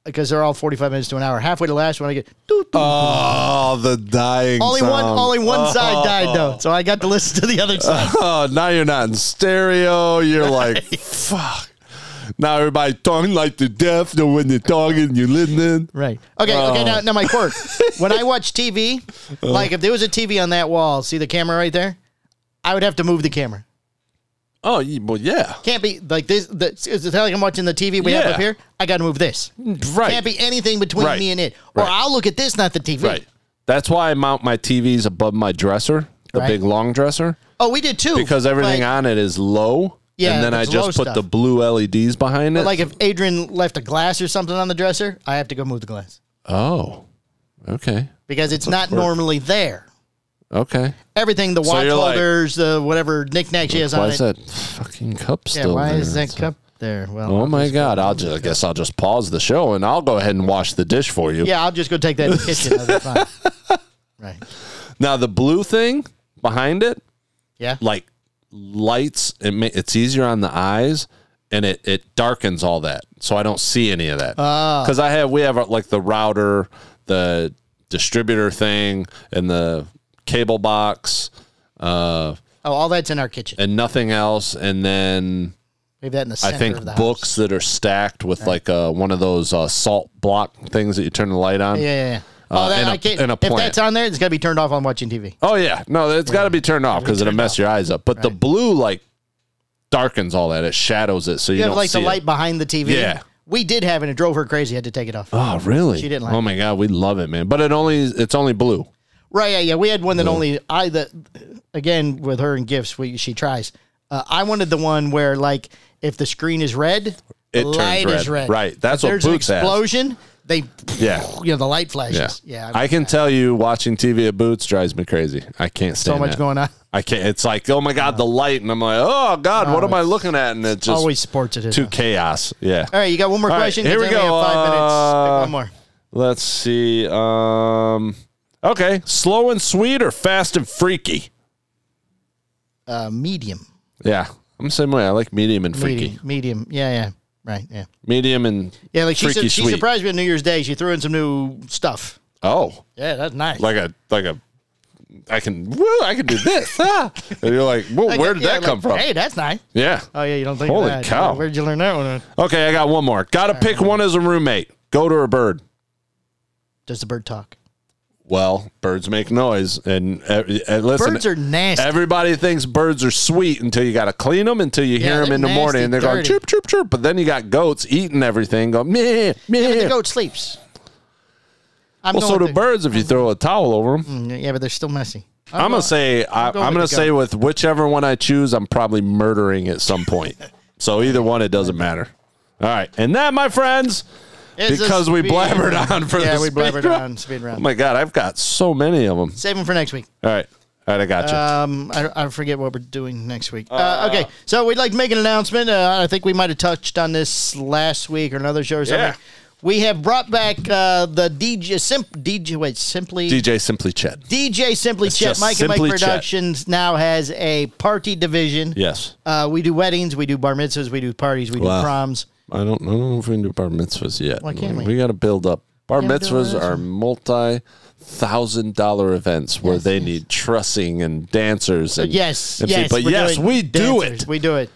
[SPEAKER 2] because they're all forty-five minutes to an hour. Halfway to the last one, I get doot, doot.
[SPEAKER 3] Oh, the dying.
[SPEAKER 2] only one, only one side died though, so I got to listen to the other side.
[SPEAKER 3] Oh, now you're not in stereo. You're like, fuck. Now everybody talking like the deaf. Know when they're talking, you're listening.
[SPEAKER 2] Right. Okay. Okay. Now, now my quirk. when I watch TV,
[SPEAKER 3] Uh-huh.
[SPEAKER 2] like if there was a TV on that wall, see the camera right there, I would have to move the camera.
[SPEAKER 3] Oh, ye- well, yeah.
[SPEAKER 2] Can't be like this. The, it's like I'm watching the TV we
[SPEAKER 3] Yeah.
[SPEAKER 2] have up here. I got to move this.
[SPEAKER 3] Right.
[SPEAKER 2] Can't be anything between
[SPEAKER 3] Right.
[SPEAKER 2] me and it. Or
[SPEAKER 3] Right.
[SPEAKER 2] I'll look at this, not the TV.
[SPEAKER 3] Right. That's why I mount my TVs above my dresser, the
[SPEAKER 2] Right.
[SPEAKER 3] big long dresser,
[SPEAKER 2] Oh, we did too.
[SPEAKER 3] because everything
[SPEAKER 2] but,
[SPEAKER 3] on it is low.
[SPEAKER 2] Yeah,
[SPEAKER 3] and then I
[SPEAKER 2] it's low
[SPEAKER 3] just put
[SPEAKER 2] stuff.
[SPEAKER 3] the blue LEDs behind it.
[SPEAKER 2] Like if Adrian left a glass or something on the dresser, I have to go move the glass
[SPEAKER 3] oh, okay,
[SPEAKER 2] because it's not normally there.
[SPEAKER 3] okay.
[SPEAKER 2] Everything, the watch
[SPEAKER 3] you're like-
[SPEAKER 2] holders, the whatever knickknack she has
[SPEAKER 3] Why
[SPEAKER 2] on
[SPEAKER 3] is
[SPEAKER 2] it.
[SPEAKER 3] that fucking cup
[SPEAKER 2] Yeah,
[SPEAKER 3] still
[SPEAKER 2] why
[SPEAKER 3] there?
[SPEAKER 2] is that
[SPEAKER 3] It's-
[SPEAKER 2] cup there? Well,
[SPEAKER 3] Oh my god! I'll just I guess I'll just pause the show and I'll go ahead and wash the dish for you.
[SPEAKER 2] yeah, I'll just go take that in the kitchen. That'll be fine. Right.
[SPEAKER 3] Now the blue thing behind it,
[SPEAKER 2] Yeah.
[SPEAKER 3] like lights. It ma- it's easier on the eyes, and it it darkens all that, so I don't see any of that.
[SPEAKER 2] Ah.
[SPEAKER 3] Because I have we have uh, like the router, the distributor thing, and the cable box, uh,
[SPEAKER 2] Oh, all that's in our kitchen.
[SPEAKER 3] and nothing else. And then
[SPEAKER 2] We have that in the
[SPEAKER 3] I
[SPEAKER 2] center
[SPEAKER 3] think
[SPEAKER 2] of the house.
[SPEAKER 3] books that are stacked with like uh, one of those uh, salt block things that you turn the light on.
[SPEAKER 2] Yeah, yeah, yeah.
[SPEAKER 3] Uh,
[SPEAKER 2] oh, that,
[SPEAKER 3] and a-
[SPEAKER 2] I can't.
[SPEAKER 3] and a
[SPEAKER 2] if
[SPEAKER 3] plant.
[SPEAKER 2] that's on there, it's got to be turned off on watching TV.
[SPEAKER 3] Oh yeah, no, it's got to be turned off because it'll mess your eyes up. But the blue like darkens all that; it shadows it, so you,
[SPEAKER 2] You have
[SPEAKER 3] don't
[SPEAKER 2] like
[SPEAKER 3] see
[SPEAKER 2] the
[SPEAKER 3] it.
[SPEAKER 2] light behind the TV.
[SPEAKER 3] Yeah.
[SPEAKER 2] We did have it. It drove her crazy. Had to take it off.
[SPEAKER 3] Oh, really?
[SPEAKER 2] She didn't like
[SPEAKER 3] Oh my god, we love it, man. But it only it's only blue.
[SPEAKER 2] Right. Yeah. Yeah. We had one that only I that again with her and gifts. We she tries. Uh, I wanted the one where like if the screen is red,
[SPEAKER 3] it
[SPEAKER 2] the
[SPEAKER 3] turns
[SPEAKER 2] light
[SPEAKER 3] red.
[SPEAKER 2] is red.
[SPEAKER 3] Right. That's
[SPEAKER 2] if
[SPEAKER 3] what
[SPEAKER 2] there's an
[SPEAKER 3] Boots has.
[SPEAKER 2] explosion. They,
[SPEAKER 3] Yeah.
[SPEAKER 2] you know, the light
[SPEAKER 3] Yeah.
[SPEAKER 2] flashes. Yeah,
[SPEAKER 3] I can tell you watching TV at Boots drives me crazy. I can't stand
[SPEAKER 2] So much
[SPEAKER 3] that.
[SPEAKER 2] going on.
[SPEAKER 3] I can't. It's like, oh my God, the light. And I'm like, oh God, what am I looking at? And it just
[SPEAKER 2] always sports it is.
[SPEAKER 3] to chaos. Yeah.
[SPEAKER 2] All right, you got one more
[SPEAKER 3] All right,
[SPEAKER 2] question.
[SPEAKER 3] here
[SPEAKER 2] 'cause
[SPEAKER 3] we
[SPEAKER 2] then
[SPEAKER 3] go.
[SPEAKER 2] have five minutes.
[SPEAKER 3] Uh,
[SPEAKER 2] Pick one more.
[SPEAKER 3] Let's see. Um, okay. Slow and sweet or fast and freaky?
[SPEAKER 2] Uh, medium.
[SPEAKER 3] Yeah. I'm the same way. I like medium and freaky.
[SPEAKER 2] Medium. Medium. Yeah, yeah. Right. Yeah.
[SPEAKER 3] Medium and
[SPEAKER 2] Yeah, like she,
[SPEAKER 3] freaky
[SPEAKER 2] su- she
[SPEAKER 3] sweet.
[SPEAKER 2] surprised me on New Year's Day. She threw in some new stuff.
[SPEAKER 3] oh,
[SPEAKER 2] Yeah, that's nice.
[SPEAKER 3] like a like a. I can woo, I can do this. ah. And you're like, whoa,
[SPEAKER 2] Like,
[SPEAKER 3] where did
[SPEAKER 2] yeah,
[SPEAKER 3] that
[SPEAKER 2] like,
[SPEAKER 3] come from?
[SPEAKER 2] Hey, that's nice.
[SPEAKER 3] Yeah.
[SPEAKER 2] Oh yeah, you don't think
[SPEAKER 3] Holy
[SPEAKER 2] of that.
[SPEAKER 3] cow.
[SPEAKER 2] Where'd you learn that one?
[SPEAKER 3] Okay, I got one more. Got to pick one as a roommate. Go to a bird.
[SPEAKER 2] Does the bird talk?
[SPEAKER 3] Well, birds make noise, and, uh, uh, listen,
[SPEAKER 2] Birds are nasty.
[SPEAKER 3] Everybody thinks birds are sweet until you got to clean them, until you hear 'em
[SPEAKER 2] Yeah,
[SPEAKER 3] hear them
[SPEAKER 2] they're
[SPEAKER 3] in the morning,
[SPEAKER 2] nasty,
[SPEAKER 3] and they're going
[SPEAKER 2] dirty.
[SPEAKER 3] chirp, chirp, chirp. But then you got goats eating everything, going meh,
[SPEAKER 2] The
[SPEAKER 3] meh.
[SPEAKER 2] goat sleeps. I'm
[SPEAKER 3] well, so
[SPEAKER 2] going Mm-hmm.
[SPEAKER 3] do
[SPEAKER 2] with the-
[SPEAKER 3] birds if you throw a towel over them.
[SPEAKER 2] Mm, Yeah, but they're still messy.
[SPEAKER 3] I'm, gonna say I, I'm
[SPEAKER 2] going with
[SPEAKER 3] gonna
[SPEAKER 2] the
[SPEAKER 3] say with whichever one I choose, I'm probably murdering at some point. so either one, it doesn't matter. All right, and that, my friends,
[SPEAKER 2] It's a
[SPEAKER 3] because we
[SPEAKER 2] speed
[SPEAKER 3] blabbered
[SPEAKER 2] round.
[SPEAKER 3] on for
[SPEAKER 2] yeah,
[SPEAKER 3] the
[SPEAKER 2] we
[SPEAKER 3] speed
[SPEAKER 2] blabbered
[SPEAKER 3] round.
[SPEAKER 2] on speed
[SPEAKER 3] Oh
[SPEAKER 2] round.
[SPEAKER 3] my god, I've got so many of them.
[SPEAKER 2] Save them for next week.
[SPEAKER 3] All right, all right, I got you.
[SPEAKER 2] Um, I, I forget what we're doing next week. Uh, okay, so we'd like to make an announcement. Uh, I think we might have touched on this last week or another show or something.
[SPEAKER 3] Yeah.
[SPEAKER 2] We have brought back uh, the DJ Simp DJ wait simply
[SPEAKER 3] DJ Simply Chet.
[SPEAKER 2] DJ Simply
[SPEAKER 3] It's
[SPEAKER 2] Chet
[SPEAKER 3] just
[SPEAKER 2] Mike and Mike
[SPEAKER 3] Simply Chet.
[SPEAKER 2] Productions now has a party division.
[SPEAKER 3] Yes,
[SPEAKER 2] Uh, we do weddings, we do bar mitzvahs, we do parties, we
[SPEAKER 3] Wow.
[SPEAKER 2] do proms.
[SPEAKER 3] I don't, I don't know if we can do bar mitzvahs yet.
[SPEAKER 2] Why can't we?
[SPEAKER 3] got to build up. Bar
[SPEAKER 2] Can't we do
[SPEAKER 3] mitzvahs
[SPEAKER 2] those?
[SPEAKER 3] are multi-thousand dollar events where they need trussing and dancers. And
[SPEAKER 2] Yes,
[SPEAKER 3] and
[SPEAKER 2] yes,
[SPEAKER 3] people.
[SPEAKER 2] we're
[SPEAKER 3] yes,
[SPEAKER 2] doing
[SPEAKER 3] we do
[SPEAKER 2] dancers.
[SPEAKER 3] it.
[SPEAKER 2] We do it.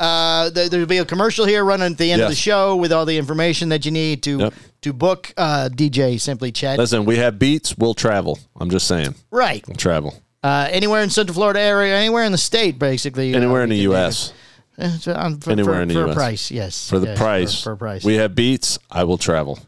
[SPEAKER 2] Uh, there, there'll be a commercial here running at the end of the
[SPEAKER 3] Yes.
[SPEAKER 2] show with all the information that you need to
[SPEAKER 3] Yep.
[SPEAKER 2] to book uh, DJ Simply Chat.
[SPEAKER 3] Listen, we have beats. We'll travel. I'm just saying,
[SPEAKER 2] right,
[SPEAKER 3] we'll travel
[SPEAKER 2] uh, anywhere in Central Florida area, anywhere in the state, basically.
[SPEAKER 3] anywhere in the
[SPEAKER 2] Uh,
[SPEAKER 3] U.S.
[SPEAKER 2] uh, on- for,
[SPEAKER 3] Anywhere
[SPEAKER 2] for-
[SPEAKER 3] in the
[SPEAKER 2] for a
[SPEAKER 3] US.
[SPEAKER 2] price, yes,
[SPEAKER 3] for the
[SPEAKER 2] yes,
[SPEAKER 3] price.
[SPEAKER 2] for, a price.
[SPEAKER 3] we have beats. I will travel.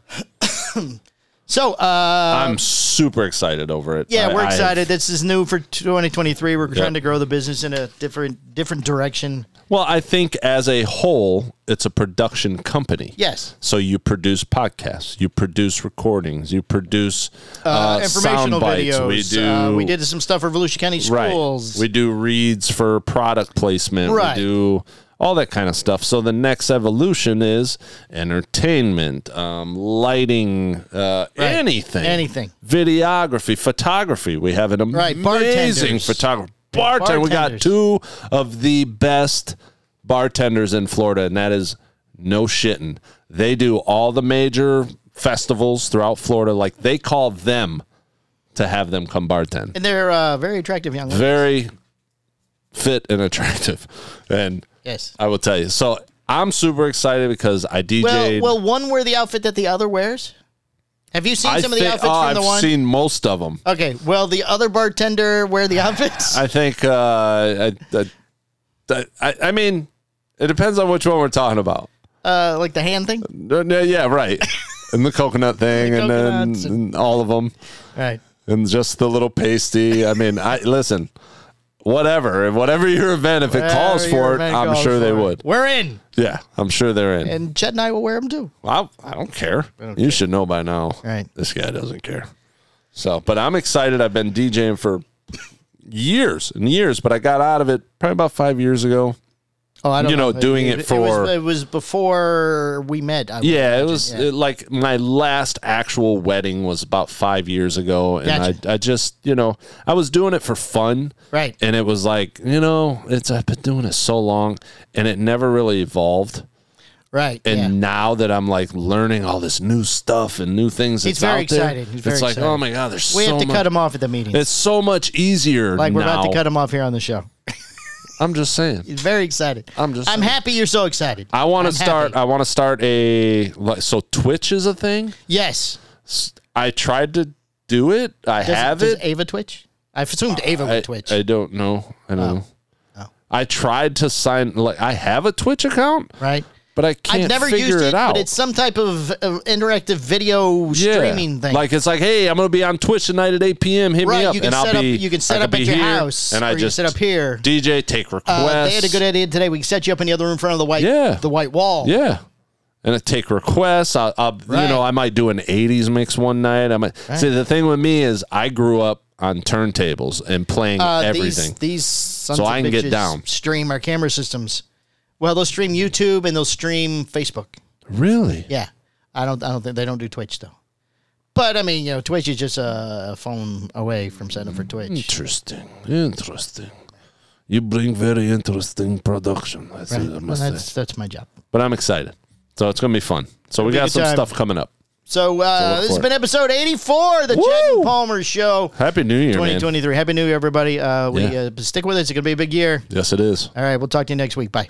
[SPEAKER 2] so, uh,
[SPEAKER 3] I'm super excited over it.
[SPEAKER 2] Yeah,
[SPEAKER 3] I-
[SPEAKER 2] we're
[SPEAKER 3] I have-
[SPEAKER 2] excited. this is new for 2023. We're trying
[SPEAKER 3] Yep.
[SPEAKER 2] to grow the business in a different different direction.
[SPEAKER 3] well, I think as a whole, it's a production company.
[SPEAKER 2] Yes.
[SPEAKER 3] So you produce podcasts, you produce recordings, you produce uh, sound
[SPEAKER 2] Informational
[SPEAKER 3] bites.
[SPEAKER 2] videos.
[SPEAKER 3] We do.
[SPEAKER 2] Uh, we did some stuff for Volusia County Schools.
[SPEAKER 3] Right. We do reads for product placement.
[SPEAKER 2] Right.
[SPEAKER 3] We do all that kind of stuff. So the next evolution is entertainment, um, lighting, uh,
[SPEAKER 2] Right.
[SPEAKER 3] anything,
[SPEAKER 2] Anything.
[SPEAKER 3] videography, photography. We have an
[SPEAKER 2] Right,
[SPEAKER 3] amazing
[SPEAKER 2] bartenders.
[SPEAKER 3] photographer. Bartender. We got
[SPEAKER 2] bartenders.
[SPEAKER 3] two of the best bartenders in Florida, and that is no shitting. They do all the major festivals throughout Florida. Like they call them to have them come bartend
[SPEAKER 2] and they're uh, very attractive young women.
[SPEAKER 3] very fit and attractive. And
[SPEAKER 2] Yes.
[SPEAKER 3] I will tell you. So I'm super excited because I DJ'd.
[SPEAKER 2] Well, well, one wear the outfit that the other wears. Have you seen
[SPEAKER 3] I
[SPEAKER 2] some of the
[SPEAKER 3] think-
[SPEAKER 2] outfits
[SPEAKER 3] oh,
[SPEAKER 2] from
[SPEAKER 3] I've
[SPEAKER 2] the one?
[SPEAKER 3] seen most of them.
[SPEAKER 2] okay. Well, the other bartender wear the outfits.
[SPEAKER 3] I think. Uh, I, I, I, I mean, it depends on which one we're talking about.
[SPEAKER 2] uh, like the hand thing. All
[SPEAKER 3] No, no, Yeah, right. And the coconut thing, and then
[SPEAKER 2] coconuts
[SPEAKER 3] and all of them,
[SPEAKER 2] right.
[SPEAKER 3] and just the little pasty. I mean, I listen. Whatever, whatever your event, if it calls
[SPEAKER 2] Whatever your
[SPEAKER 3] for it,
[SPEAKER 2] event
[SPEAKER 3] I'm
[SPEAKER 2] calls
[SPEAKER 3] sure they
[SPEAKER 2] for it.
[SPEAKER 3] would.
[SPEAKER 2] We're in,
[SPEAKER 3] Yeah, I'm sure they're in.
[SPEAKER 2] and Chet and I will wear them too.
[SPEAKER 3] I, I don't care. you should know by now.
[SPEAKER 2] Right.
[SPEAKER 3] This guy doesn't care. So, but I'm excited. I've been DJing for years and years, but I got out of it probably about five years ago.
[SPEAKER 2] Oh, I
[SPEAKER 3] You know, doing it for-
[SPEAKER 2] was, it was before we met. I would
[SPEAKER 3] Yeah, it
[SPEAKER 2] imagine.
[SPEAKER 3] was
[SPEAKER 2] Yeah.
[SPEAKER 3] It, like my last actual wedding was about five years ago. And
[SPEAKER 2] Gotcha.
[SPEAKER 3] I, I just, you know, I was doing it for fun.
[SPEAKER 2] Right.
[SPEAKER 3] And it was like, you know, it's, I've been doing it so long and it never really evolved.
[SPEAKER 2] Right.
[SPEAKER 3] And
[SPEAKER 2] yeah.
[SPEAKER 3] now that I'm like learning all this new stuff and new things,
[SPEAKER 2] He's
[SPEAKER 3] that's
[SPEAKER 2] very
[SPEAKER 3] out there,
[SPEAKER 2] excited. He's very
[SPEAKER 3] it's like,
[SPEAKER 2] excited.
[SPEAKER 3] oh my god, there's
[SPEAKER 2] We
[SPEAKER 3] so
[SPEAKER 2] have to
[SPEAKER 3] much.
[SPEAKER 2] cut him off at the meeting.
[SPEAKER 3] It's so much easier.
[SPEAKER 2] like we're about to
[SPEAKER 3] now.
[SPEAKER 2] cut him off here on the show.
[SPEAKER 3] I'm just saying.
[SPEAKER 2] He's very excited.
[SPEAKER 3] I'm just
[SPEAKER 2] I'm
[SPEAKER 3] saying.
[SPEAKER 2] happy you're so excited.
[SPEAKER 3] I want to
[SPEAKER 2] I'm
[SPEAKER 3] start.
[SPEAKER 2] happy.
[SPEAKER 3] I want to start a like. So Twitch is a thing.
[SPEAKER 2] yes.
[SPEAKER 3] S- I tried to do it. I
[SPEAKER 2] Does,
[SPEAKER 3] have
[SPEAKER 2] does
[SPEAKER 3] it.
[SPEAKER 2] Ava Twitch? I assumed Ava would
[SPEAKER 3] I,
[SPEAKER 2] Twitch. Oh.
[SPEAKER 3] I don't know. I don't know. I tried to sign. Like I have a Twitch account,
[SPEAKER 2] right.
[SPEAKER 3] but I can't
[SPEAKER 2] I've never
[SPEAKER 3] figure
[SPEAKER 2] used it,
[SPEAKER 3] it, out.
[SPEAKER 2] but it's some type of uh, interactive video
[SPEAKER 3] Yeah.
[SPEAKER 2] streaming thing.
[SPEAKER 3] Like it's like, hey, I'm gonna be on Twitch tonight at 8 p.m. Hit me
[SPEAKER 2] Right,
[SPEAKER 3] up,
[SPEAKER 2] you can
[SPEAKER 3] and I'll
[SPEAKER 2] set up-
[SPEAKER 3] be.
[SPEAKER 2] you can
[SPEAKER 3] I
[SPEAKER 2] set
[SPEAKER 3] could
[SPEAKER 2] up at
[SPEAKER 3] be
[SPEAKER 2] your
[SPEAKER 3] here,
[SPEAKER 2] house,
[SPEAKER 3] and
[SPEAKER 2] or
[SPEAKER 3] I
[SPEAKER 2] you
[SPEAKER 3] just
[SPEAKER 2] set up here.
[SPEAKER 3] DJ take requests.
[SPEAKER 2] Uh, they had a good idea today. We can set you up in the other room in front of the white
[SPEAKER 3] Yeah.
[SPEAKER 2] the white wall.
[SPEAKER 3] Yeah. and I take requests. I, I'll,
[SPEAKER 2] Right.
[SPEAKER 3] you know, I might do an '80s mix one night. I might see. The thing with me is, I grew up on turntables and playing
[SPEAKER 2] Uh,
[SPEAKER 3] everything.
[SPEAKER 2] These, these sons
[SPEAKER 3] So
[SPEAKER 2] of
[SPEAKER 3] I can get
[SPEAKER 2] bitches
[SPEAKER 3] down.
[SPEAKER 2] Stream our camera systems. Well, they'll stream YouTube and they'll stream Facebook.
[SPEAKER 3] really?
[SPEAKER 2] Yeah, I don't. I don't think they don't do Twitch though. But I mean, you know, Twitch is just a phone away from setting up
[SPEAKER 3] Mm,
[SPEAKER 2] for Twitch.
[SPEAKER 3] Interesting. Interesting. You bring very interesting production. That's, I
[SPEAKER 2] Well,
[SPEAKER 3] must say.
[SPEAKER 2] that's that's my job.
[SPEAKER 3] But I'm excited. So it's gonna be fun. So we
[SPEAKER 2] be a
[SPEAKER 3] got
[SPEAKER 2] good
[SPEAKER 3] some
[SPEAKER 2] time.
[SPEAKER 3] stuff coming up.
[SPEAKER 2] So uh,
[SPEAKER 3] look
[SPEAKER 2] this has
[SPEAKER 3] for
[SPEAKER 2] been episode eighty-four, of the Chad and Palmer Show,
[SPEAKER 3] Happy New Year,
[SPEAKER 2] twenty
[SPEAKER 3] man.
[SPEAKER 2] twenty-three. Happy New Year, everybody. Uh, we
[SPEAKER 3] Yeah.
[SPEAKER 2] uh, stick with it. It's gonna be a big year.
[SPEAKER 3] Yes, it is.
[SPEAKER 2] All right, we'll talk to you next week. Bye.